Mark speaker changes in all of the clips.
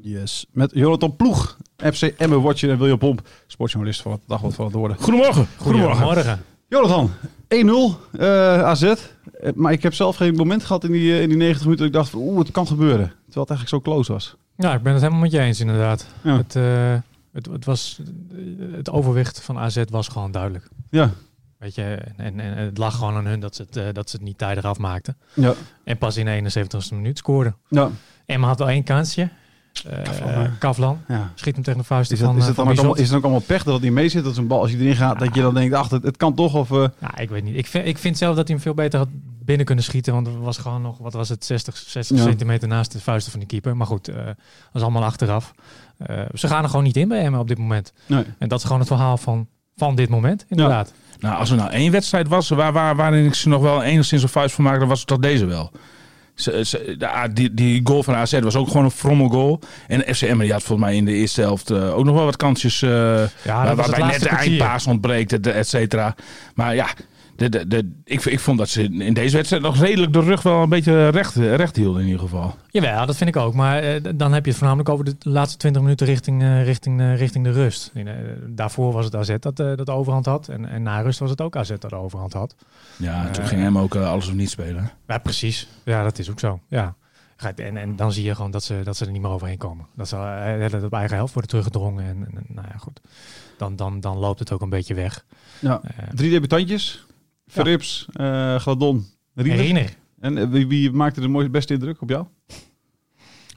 Speaker 1: Yes. Met Jonathan Ploeg, FC Emmen Watcher en William Pomp, sportjournalist van het Dagblad van het Noorden. Goedemorgen.
Speaker 2: Goedemorgen.
Speaker 1: Jonathan, 1-0 eh, AZ. Eh, maar ik heb zelf geen moment gehad in die, eh, in die 90 minuten dat ik dacht, van, oeh, het kan gebeuren. Terwijl het eigenlijk zo close was.
Speaker 2: Nou, ik ben het helemaal met je eens inderdaad.
Speaker 1: Ja.
Speaker 2: Het, eh, het, het, was, het overwicht van AZ was gewoon duidelijk.
Speaker 1: Ja.
Speaker 2: Weet je, en, en, en het lag gewoon aan hun dat ze het, eh, dat ze het niet tijdig afmaakten.
Speaker 1: Ja.
Speaker 2: En pas in de 71ste minuut scoorden.
Speaker 1: Ja.
Speaker 2: Emma had al één kansje. Eh,
Speaker 1: Kavlan, hè?
Speaker 2: Kavlan.
Speaker 1: ja.
Speaker 2: Schiet hem tegen de vuist
Speaker 1: Is, dat,
Speaker 2: van,
Speaker 1: is,
Speaker 2: eh,
Speaker 1: het dan
Speaker 2: van
Speaker 1: ook allemaal,
Speaker 2: Bizot.
Speaker 1: is het ook allemaal pech dat het niet mee zit? Dat zo'n bal, als je erin gaat, dat je dan denkt, ach, het, het kan toch? Of, eh,
Speaker 2: Nou, ik weet niet. Ik vind, ik vind zelf dat hij hem veel beter had binnen kunnen schieten. Want er was gewoon nog, wat was het, 60, 60
Speaker 1: Ja.
Speaker 2: centimeter naast de vuisten van de keeper. Maar goed, eh dat is allemaal achteraf. Eh, ze gaan er gewoon niet in bij hem op dit moment.
Speaker 1: nee.
Speaker 2: En dat is gewoon het verhaal van, van dit moment, inderdaad.
Speaker 3: Nou, als er nou één wedstrijd was waar, waar, waarin ik ze nog wel enigszins een vuist van maakte, dan was het toch deze wel. Ze, ze- de A- die, die goal van AZ was ook gewoon een frommel goal. En FC Emmen die had volgens mij in de eerste helft eh, ook nog wel wat kansjes. eh,
Speaker 2: was
Speaker 3: waar,
Speaker 2: het
Speaker 3: waarbij
Speaker 2: laatste
Speaker 3: net de
Speaker 2: kwartier.
Speaker 3: eindpaas ontbreekt, et- et cetera. Maar ja, de, de, de, ik, ik vond dat ze in in deze wedstrijd nog redelijk de rug wel een beetje recht, recht hielden in ieder geval.
Speaker 2: Jawel, dat vind ik ook. Maar eh, d- dan heb je het voornamelijk over de laatste 20 minuten richting, eh, richting, eh, richting de rust. In, eh, daarvoor was het AZ dat, eh, dat de overhand had. En, en na rust was het ook AZ dat de overhand had.
Speaker 3: Ja, toen ging hem ook eh, alles of niet spelen.
Speaker 2: Ja, precies. Ja, dat is ook zo. Ja. Gaat- En, en dan zie je gewoon dat ze, dat ze er niet meer overheen komen. Dat ze eh, dat het op eigen helft worden teruggedrongen. En, en- en, nou ja, goed. Dan, dan, dan loopt het ook een beetje weg.
Speaker 1: ja.
Speaker 2: Eh,
Speaker 1: Drie debutantjes. Verrips, eh, Gladon,
Speaker 2: en
Speaker 1: Riemer.
Speaker 2: Riener,
Speaker 1: En eh, wie, wie maakte de mooiste, beste indruk op jou?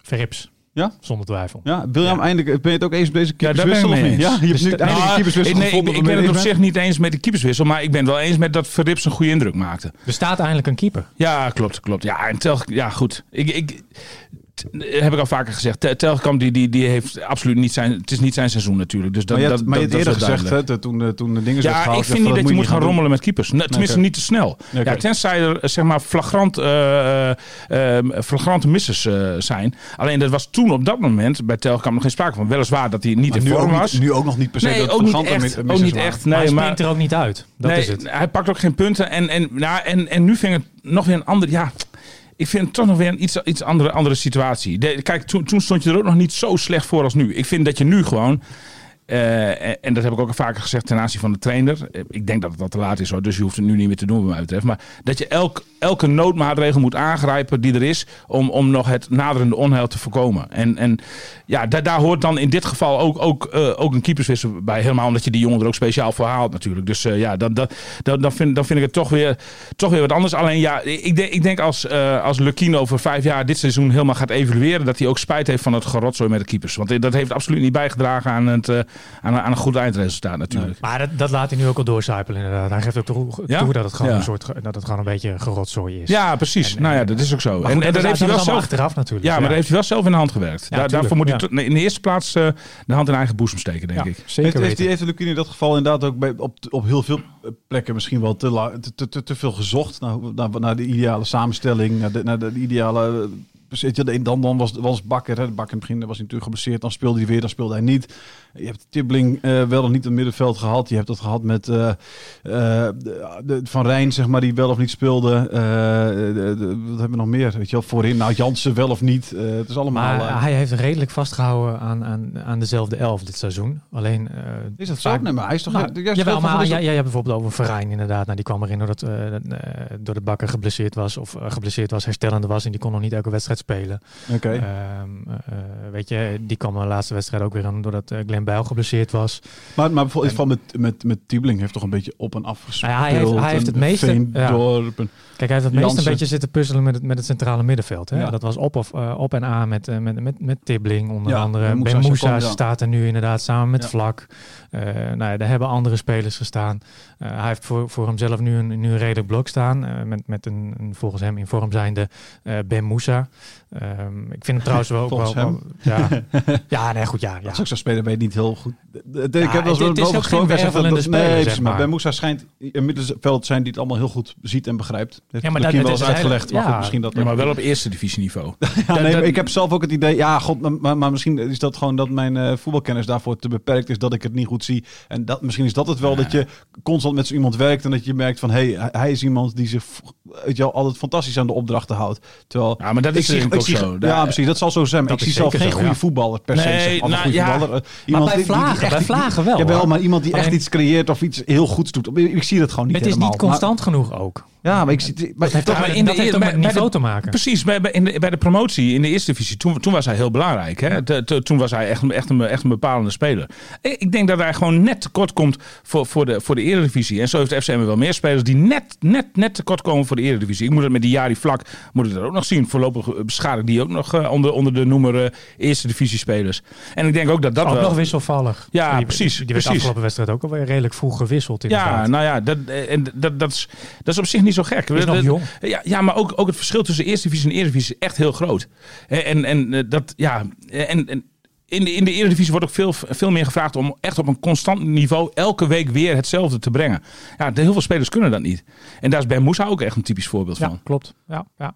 Speaker 2: Verrips.
Speaker 1: Ja?
Speaker 2: Zonder twijfel.
Speaker 1: Ja, William,
Speaker 2: Ja.
Speaker 1: eindelijk ben je het ook eens met deze
Speaker 3: Ja, daar ben ik
Speaker 1: keeperswissel of
Speaker 3: mee
Speaker 1: niet? Ja,
Speaker 3: eens.
Speaker 1: je hebt nu
Speaker 3: Nou,
Speaker 1: eindelijk een keeperswissel
Speaker 3: ik- nee,
Speaker 1: gevonden.
Speaker 3: ik, ik ben
Speaker 1: waarmee
Speaker 3: het op
Speaker 1: je
Speaker 3: zich niet eens met de keeperswissel, maar ik ben het wel eens met dat Verrips een goede indruk maakte.
Speaker 2: Er staat eindelijk een keeper.
Speaker 3: Ja, klopt, klopt. Ja, en Tel, ja goed. Ik, ik, t- heb ik al vaker gezegd. Tel- Telkamp die, die, die heeft absoluut niet zijn, het is niet zijn seizoen natuurlijk. Dus dat,
Speaker 1: Maar je
Speaker 3: dat,
Speaker 1: hebt, maar je
Speaker 3: dat-
Speaker 1: hebt
Speaker 3: dat
Speaker 1: eerder
Speaker 3: is wel
Speaker 1: gezegd,
Speaker 3: duidelijk.
Speaker 1: hè, dat toen, eh, toen de dingen
Speaker 3: Ja, ik vind niet dat je moet gaan rommelen met keepers. Nee, Tenminste,
Speaker 1: oké.
Speaker 3: niet te snel.
Speaker 1: Nee, oké.
Speaker 3: Ja, tenzij er eh, zeg maar, flagrant, eh, eh, eh, flagrante missers eh, zijn. Alleen dat was toen op dat moment bij Telkamp nog geen sprake van. Weliswaar dat hij niet in
Speaker 1: nu
Speaker 3: vorm
Speaker 1: ook,
Speaker 3: was.
Speaker 1: niet, nu ook nog niet per se
Speaker 3: Nee,
Speaker 1: dat
Speaker 3: ook niet
Speaker 1: Gante
Speaker 3: echt.
Speaker 1: met-
Speaker 3: Ook
Speaker 1: missers
Speaker 3: niet
Speaker 1: waren.
Speaker 3: echt.
Speaker 2: maar
Speaker 3: Nee,
Speaker 2: hij
Speaker 3: maar-
Speaker 2: springt er ook niet uit. Dat
Speaker 3: nee,
Speaker 2: is het.
Speaker 3: Hij pakt ook geen punten. En, en, nou, en, en nu vind ik het nog weer een ander. Ja, ik vind het toch nog weer een iets, iets andere, andere situatie. De- kijk, toen, toen stond je er ook nog niet zo slecht voor als nu. Ik vind dat je nu gewoon. eh, en, en dat heb ik ook al vaker gezegd ten aanzien van de trainer. Eh, Ik denk dat het al te laat is hoor, dus je hoeft het nu niet meer te doen, wat mij betreft. Maar dat je elk, elke noodmaatregel moet aangrijpen die er is. om, om nog het naderende onheil te voorkomen. En, en ja, daar, daar hoort dan in dit geval ook, ook, eh, ook een keeperswissel bij. Helemaal omdat je die jongen er ook speciaal voor haalt natuurlijk. Dus eh, ja, dat, dat, dat, dan, vind, dan vind ik het toch weer, toch weer wat anders. Alleen ja, ik, denk, ik denk als, eh als Lukino over vijf jaar dit seizoen helemaal gaat evalueren... dat hij ook spijt heeft van het gerotzooi met de keepers. Want eh, dat heeft absoluut niet bijgedragen aan, het, eh, aan, een- aan een goed eindresultaat natuurlijk.
Speaker 2: Maar dat, dat laat hij nu ook al doorcijpelen inderdaad. Hij geeft ook toe,
Speaker 3: Ja?
Speaker 2: toe dat, het gewoon
Speaker 3: Ja.
Speaker 2: een soort, ge- dat het gewoon een beetje gerotzooi is.
Speaker 3: Ja, precies.
Speaker 2: En-
Speaker 3: nou ja,
Speaker 2: en-
Speaker 3: dat is ook zo.
Speaker 2: Maar goed,
Speaker 3: en en
Speaker 2: dat,
Speaker 3: daar heeft hij wel
Speaker 2: allemaal
Speaker 3: zelf...
Speaker 2: achteraf natuurlijk.
Speaker 3: Ja, maar daar heeft hij wel zelf in de hand gewerkt. Daar-
Speaker 2: tuurlijk,
Speaker 3: daarvoor moet hij
Speaker 2: ja.
Speaker 3: to- in de eerste plaats eh, de hand in eigen boezem steken, denk
Speaker 2: Ja,
Speaker 3: ik.
Speaker 2: zeker
Speaker 1: Heeft, heeft,
Speaker 2: weten.
Speaker 1: die- heeft Lukien in dat geval inderdaad ook bij, op, op heel veel plekken misschien wel te, la- te, te, te, te veel gezocht naar, hoe- naar, naar de ideale samenstelling, naar de, naar de ideale. eh, bezit. Ja, de- Dan, dan was, was Bakker, hè. De Bakker in het begin was hij natuurlijk geblesseerd, dan speelde hij weer, dan speelde hij niet. Je hebt Tibbling eh, wel of niet het middenveld gehad. Je hebt dat gehad met eh, eh, de- de- Van Rijn, zeg maar, die wel of niet speelde. Eh, de- de- wat hebben we nog meer? Weet je wel, voorin, nou Jansen wel of niet. Eh, het is allemaal...
Speaker 2: Maar
Speaker 1: eh,
Speaker 2: hij heeft redelijk vastgehouden aan, aan, aan dezelfde elf dit seizoen. Alleen... eh,
Speaker 1: is dat zo?
Speaker 2: vaak-
Speaker 1: Nee, maar hij is toch...
Speaker 2: Nou,
Speaker 1: juist
Speaker 2: jawel,
Speaker 1: heel veel van
Speaker 2: maar
Speaker 1: dit
Speaker 2: jij
Speaker 1: soort-
Speaker 2: jij hebt bijvoorbeeld over Verijn inderdaad. Nou, die kwam erin doordat, eh, eh, door de bakker geblesseerd was. Of eh, geblesseerd was, herstellende was. En die kon nog niet elke wedstrijd wedstrijd spelen.
Speaker 1: Oké.
Speaker 2: Ehm, eh, eh, weet je, die kwam de laatste wedstrijd ook weer aan doordat eh, Glenn Bijl geblesseerd was.
Speaker 1: Maar, maar bijvoorbeeld van met, met, met Tiebeling heeft toch een beetje op en af gespeeld.
Speaker 2: Nou ja, hij heeft- hij heeft het
Speaker 1: en
Speaker 2: meeste-
Speaker 1: Veendorp en-
Speaker 2: Kijk, hij heeft het meest een
Speaker 1: Jansen.
Speaker 2: beetje zitten puzzelen met het, met het centrale middenveld. Hè?
Speaker 1: Ja.
Speaker 2: Dat was op, of, eh, op en aan met, eh, met, met, met Tibbling onder
Speaker 1: Ja,
Speaker 2: andere.
Speaker 1: en Moussa
Speaker 2: Ben
Speaker 1: Sakon,
Speaker 2: Moussa
Speaker 1: ja.
Speaker 2: staat er nu inderdaad samen met
Speaker 1: Ja.
Speaker 2: Vlak. Eh, nou ja, daar hebben andere spelers gestaan. Eh, hij heeft voor, voor hemzelf nu een, nu een redelijk blok staan. eh, met met een, een volgens hem in vorm zijnde eh, Ben Moussa. Ehm, ik vind hem trouwens wel... ook
Speaker 1: Volgens
Speaker 2: wel,
Speaker 1: hem?
Speaker 2: wel- ja. ja, nee, goed, ja. ja.
Speaker 1: Als ik zou spelen, ben je niet heel goed. Ik
Speaker 2: Ja,
Speaker 1: heb wel eens
Speaker 2: dit is
Speaker 1: wel
Speaker 2: ook geen
Speaker 1: gesproken wedstrijd dat-
Speaker 2: wervelende
Speaker 1: dat-
Speaker 2: speler,
Speaker 1: Nee,
Speaker 2: zeg
Speaker 1: precies, maar.
Speaker 2: maar.
Speaker 1: Bij Moussa schijnt in middenveld zijn die het allemaal heel goed ziet en begrijpt. Heeft
Speaker 2: Ja, maar
Speaker 1: misschien
Speaker 2: dat-
Speaker 1: wel
Speaker 2: dat
Speaker 1: eens
Speaker 2: is eigenlijk-
Speaker 1: uitgelegd. Maar
Speaker 2: ja.
Speaker 1: goed, misschien dat
Speaker 3: Ja, maar wel op eerste divisieniveau.
Speaker 1: Ja, nee,
Speaker 2: dat-
Speaker 1: maar ik heb zelf ook het idee, ja, god, maar- maar, maar misschien is dat gewoon dat mijn eh, voetbalkennis daarvoor te beperkt is, dat ik het niet goed zie. En dat, misschien is dat het wel, dat je constant met zo iemand werkt en dat je merkt van, hé, hey, hij is iemand die zich weet je wel, altijd fantastisch aan de opdrachten houdt. Terwijl,
Speaker 3: Ja, maar dat
Speaker 1: ik
Speaker 3: is
Speaker 1: zie-
Speaker 3: denk ik
Speaker 1: ik
Speaker 3: ook
Speaker 1: zie-
Speaker 3: zo.
Speaker 1: Ja,
Speaker 3: Daar-
Speaker 1: precies, dat zal dus zo zijn. Maar ik
Speaker 2: is
Speaker 1: zie zelf
Speaker 2: zeker
Speaker 1: geen
Speaker 2: zo,
Speaker 1: goede
Speaker 2: ja.
Speaker 1: voetballer per se,
Speaker 3: Nee,
Speaker 1: zeg maar. Of een
Speaker 3: nou,
Speaker 1: goede
Speaker 3: ja.
Speaker 1: voetballer. eh,
Speaker 2: maar
Speaker 1: Iemand
Speaker 2: bij
Speaker 1: die- die- die
Speaker 2: Vlagen,
Speaker 1: echt-
Speaker 2: bij
Speaker 1: die-
Speaker 2: Vlagen wel.
Speaker 1: Jawel,
Speaker 2: hoor.
Speaker 1: maar iemand die echt
Speaker 2: Alleen-
Speaker 1: iets creëert of iets heel goeds doet. Ik ik zie dat gewoon niet
Speaker 2: het is niet
Speaker 1: helemaal. Maar-
Speaker 2: constant genoeg ook.
Speaker 1: ja, maar ik zie... Maar,
Speaker 2: heeft
Speaker 3: Ja,
Speaker 2: toch
Speaker 3: maar
Speaker 2: met-
Speaker 3: in
Speaker 2: dat
Speaker 3: de-
Speaker 2: heeft ook
Speaker 3: bij-
Speaker 2: met
Speaker 3: bij de-
Speaker 2: niveau te maken.
Speaker 3: Precies, bij, bij, in de, bij de promotie in de eerste divisie, toen, toen was hij heel belangrijk. Hè? Te- te- toen was hij echt, een- echt, een, echt een bepalende speler. Ik ik denk dat hij gewoon net tekort komt voor, voor, de, voor de eredivisie. En zo heeft FCM wel meer spelers die net, net, net tekort komen voor de eredivisie. Ik moet het met die Jari Vlak moet ik dat ook nog zien. Voorlopig eh, beschadig die ook nog eh, onder, onder de noemer eh, eerste divisie spelers. En ik denk ook dat dat
Speaker 2: Ook
Speaker 3: wel...
Speaker 2: Oh, nog wisselvallig.
Speaker 3: Ja,
Speaker 2: Die-
Speaker 3: precies,
Speaker 2: Die werd
Speaker 3: precies.
Speaker 2: de afgelopen wedstrijd ook alweer redelijk vroeg gewisseld inderdaad.
Speaker 3: Ja, nou ja, dat, eh, en dat, dat, is, dat is op zich niet zo gek.
Speaker 2: Is nog
Speaker 3: Dat-
Speaker 2: jong.
Speaker 3: Ja, ja maar ook, ook het verschil tussen Eerste Divisie en Eredivisie is echt heel groot. Eh, En, en eh, dat, ja, eh, en... en in de, in de Eredivisie wordt ook veel, veel meer gevraagd om echt op een constant niveau elke week weer hetzelfde te brengen. Ja, de- heel veel spelers kunnen dat niet. En daar is Ben Moussa ook echt een typisch voorbeeld
Speaker 2: ja,
Speaker 3: van.
Speaker 2: klopt. Ja, ja.